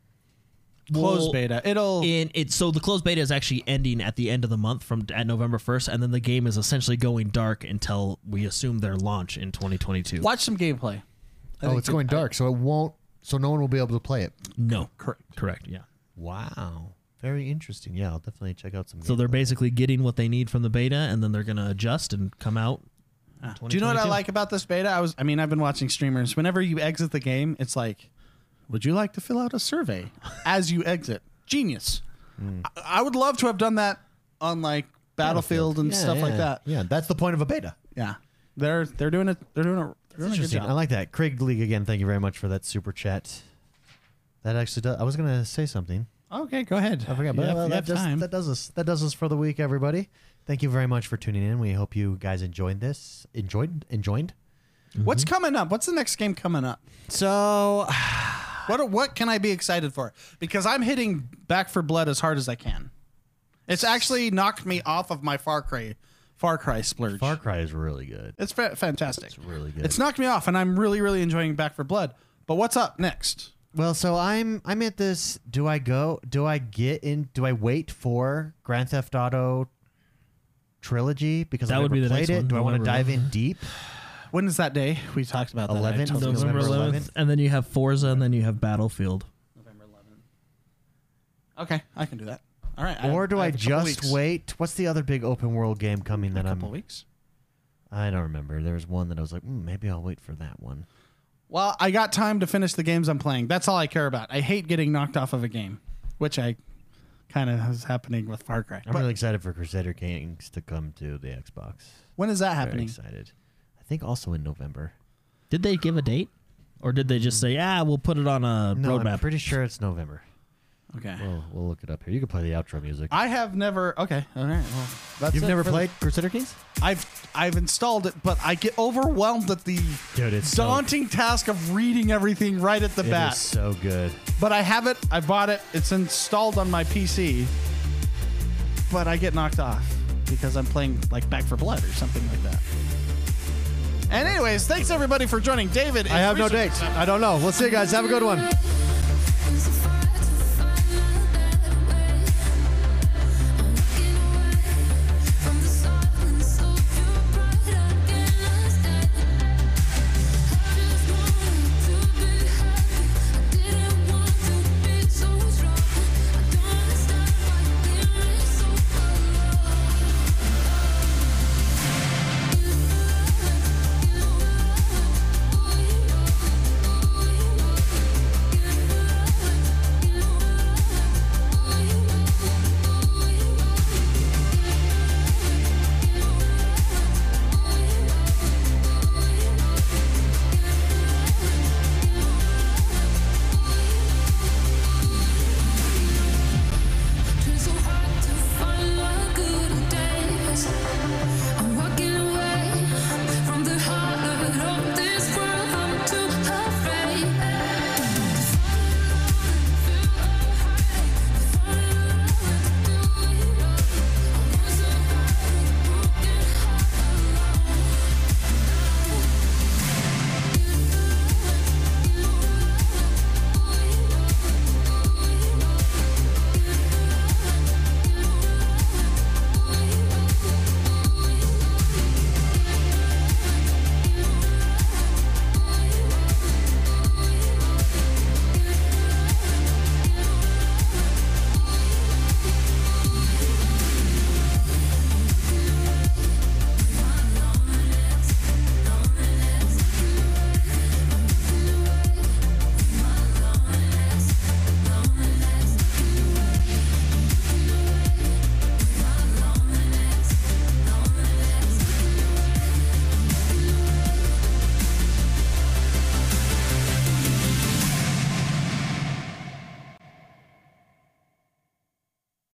Speaker 2: it. closed
Speaker 3: Well,
Speaker 2: beta. It'll
Speaker 3: in it so the closed beta is actually ending at the end of the month from at November 1st and then the game is essentially going dark until we assume their launch in 2022.
Speaker 2: watch some gameplay.
Speaker 1: Oh, it's going dark, so it won't. So no one will be able to play it.
Speaker 3: No. Correct. Correct, yeah.
Speaker 1: Wow, very interesting. Yeah, I'll definitely check out some.
Speaker 3: So they're basically getting what they need from the beta and then they're going to adjust and come out.
Speaker 2: Do you know what I
Speaker 3: 2022?
Speaker 2: like about this beta? I was I mean, I've been watching streamers. Whenever you exit the game, it's like, would you like to fill out a survey as you exit? Genius.
Speaker 1: Hmm.
Speaker 2: I, I would love to have done that on like Battlefield, and
Speaker 1: Yeah,
Speaker 2: stuff like
Speaker 1: yeah.
Speaker 2: that.
Speaker 1: Yeah, that's the point of a beta.
Speaker 2: Yeah. They're they're doing it they're doing it they're doing a good
Speaker 1: Interesting.
Speaker 2: job.
Speaker 1: I like that. Craig League again. Thank you very much for that super chat. That actually does. I was gonna say something.
Speaker 2: Okay, go ahead.
Speaker 1: Oh. I forgot.
Speaker 2: You
Speaker 1: But
Speaker 2: have-
Speaker 1: well,
Speaker 2: you have
Speaker 1: that, does,
Speaker 2: time.
Speaker 1: that does us. That does us for the week, everybody. Thank you very much for tuning in. We hope you guys enjoyed this. Enjoyed. Enjoyed.
Speaker 2: What's coming up? What's the next game coming up?
Speaker 1: So
Speaker 2: What what can I be excited for? Because I'm hitting Back for Blood as hard as I can. It's actually knocked me off of my Far Cry, Far Cry splurge.
Speaker 1: Far Cry is really good.
Speaker 2: it's fa- fantastic. It's
Speaker 1: really good.
Speaker 2: It's knocked me off, and I'm really really enjoying Back for Blood. But what's up next?
Speaker 1: Well, so I'm I'm at this. Do I go? Do I get in? Do I wait for Grand Theft Auto trilogy because
Speaker 3: That
Speaker 1: I've
Speaker 3: would
Speaker 1: never
Speaker 3: be the
Speaker 1: played
Speaker 3: next
Speaker 1: it?
Speaker 3: one,
Speaker 1: Do I want to
Speaker 3: November
Speaker 1: dive in deep?
Speaker 2: When is that day? We talked about that. I
Speaker 1: 11th?
Speaker 2: told you.
Speaker 1: November
Speaker 3: November 11th,
Speaker 1: 11th.
Speaker 3: and then you have Forza and then you have Battlefield.
Speaker 2: Okay, I can do that. All right.
Speaker 1: Or do I,
Speaker 2: have a couple
Speaker 1: just
Speaker 2: weeks.
Speaker 1: wait? What's the other big open world game coming
Speaker 2: A
Speaker 1: that
Speaker 2: couple
Speaker 1: I'm?
Speaker 2: weeks.
Speaker 1: I don't remember. There was one that I was like, mm, maybe I'll wait for that one.
Speaker 2: Well, I got time to finish the games I'm playing. That's all I care about. I hate getting knocked off of a game, which I kind of is happening with Far Cry.
Speaker 1: I'm
Speaker 2: But
Speaker 1: really excited for Crusader Kings to come to the Xbox.
Speaker 2: when is that
Speaker 1: Very
Speaker 2: happening?
Speaker 1: excited. I think also in November.
Speaker 3: Did they give a date? Or did they just say, "Yeah, we'll put it on a
Speaker 1: No, I'm
Speaker 3: roadmap"?
Speaker 1: pretty sure it's November.
Speaker 2: Okay.
Speaker 1: We'll, we'll look it up here. You can play the outro music.
Speaker 2: I have never. Okay, all right. Well, that's
Speaker 1: You've
Speaker 2: it
Speaker 1: never
Speaker 2: for the-
Speaker 1: played Crusader Kings?
Speaker 2: I've I've installed it, but I get overwhelmed at the
Speaker 1: Dude, it's so-
Speaker 2: daunting task of reading everything right at the
Speaker 1: It is
Speaker 2: bat.
Speaker 1: so good.
Speaker 2: But I have it. I bought it. It's installed on my PC. But I get knocked off because I'm playing like Back for Blood or something like that. And anyways, thanks everybody for joining. David,
Speaker 5: I have no date. I don't know. We'll see you guys. Have a good one.
Speaker 6: Cause if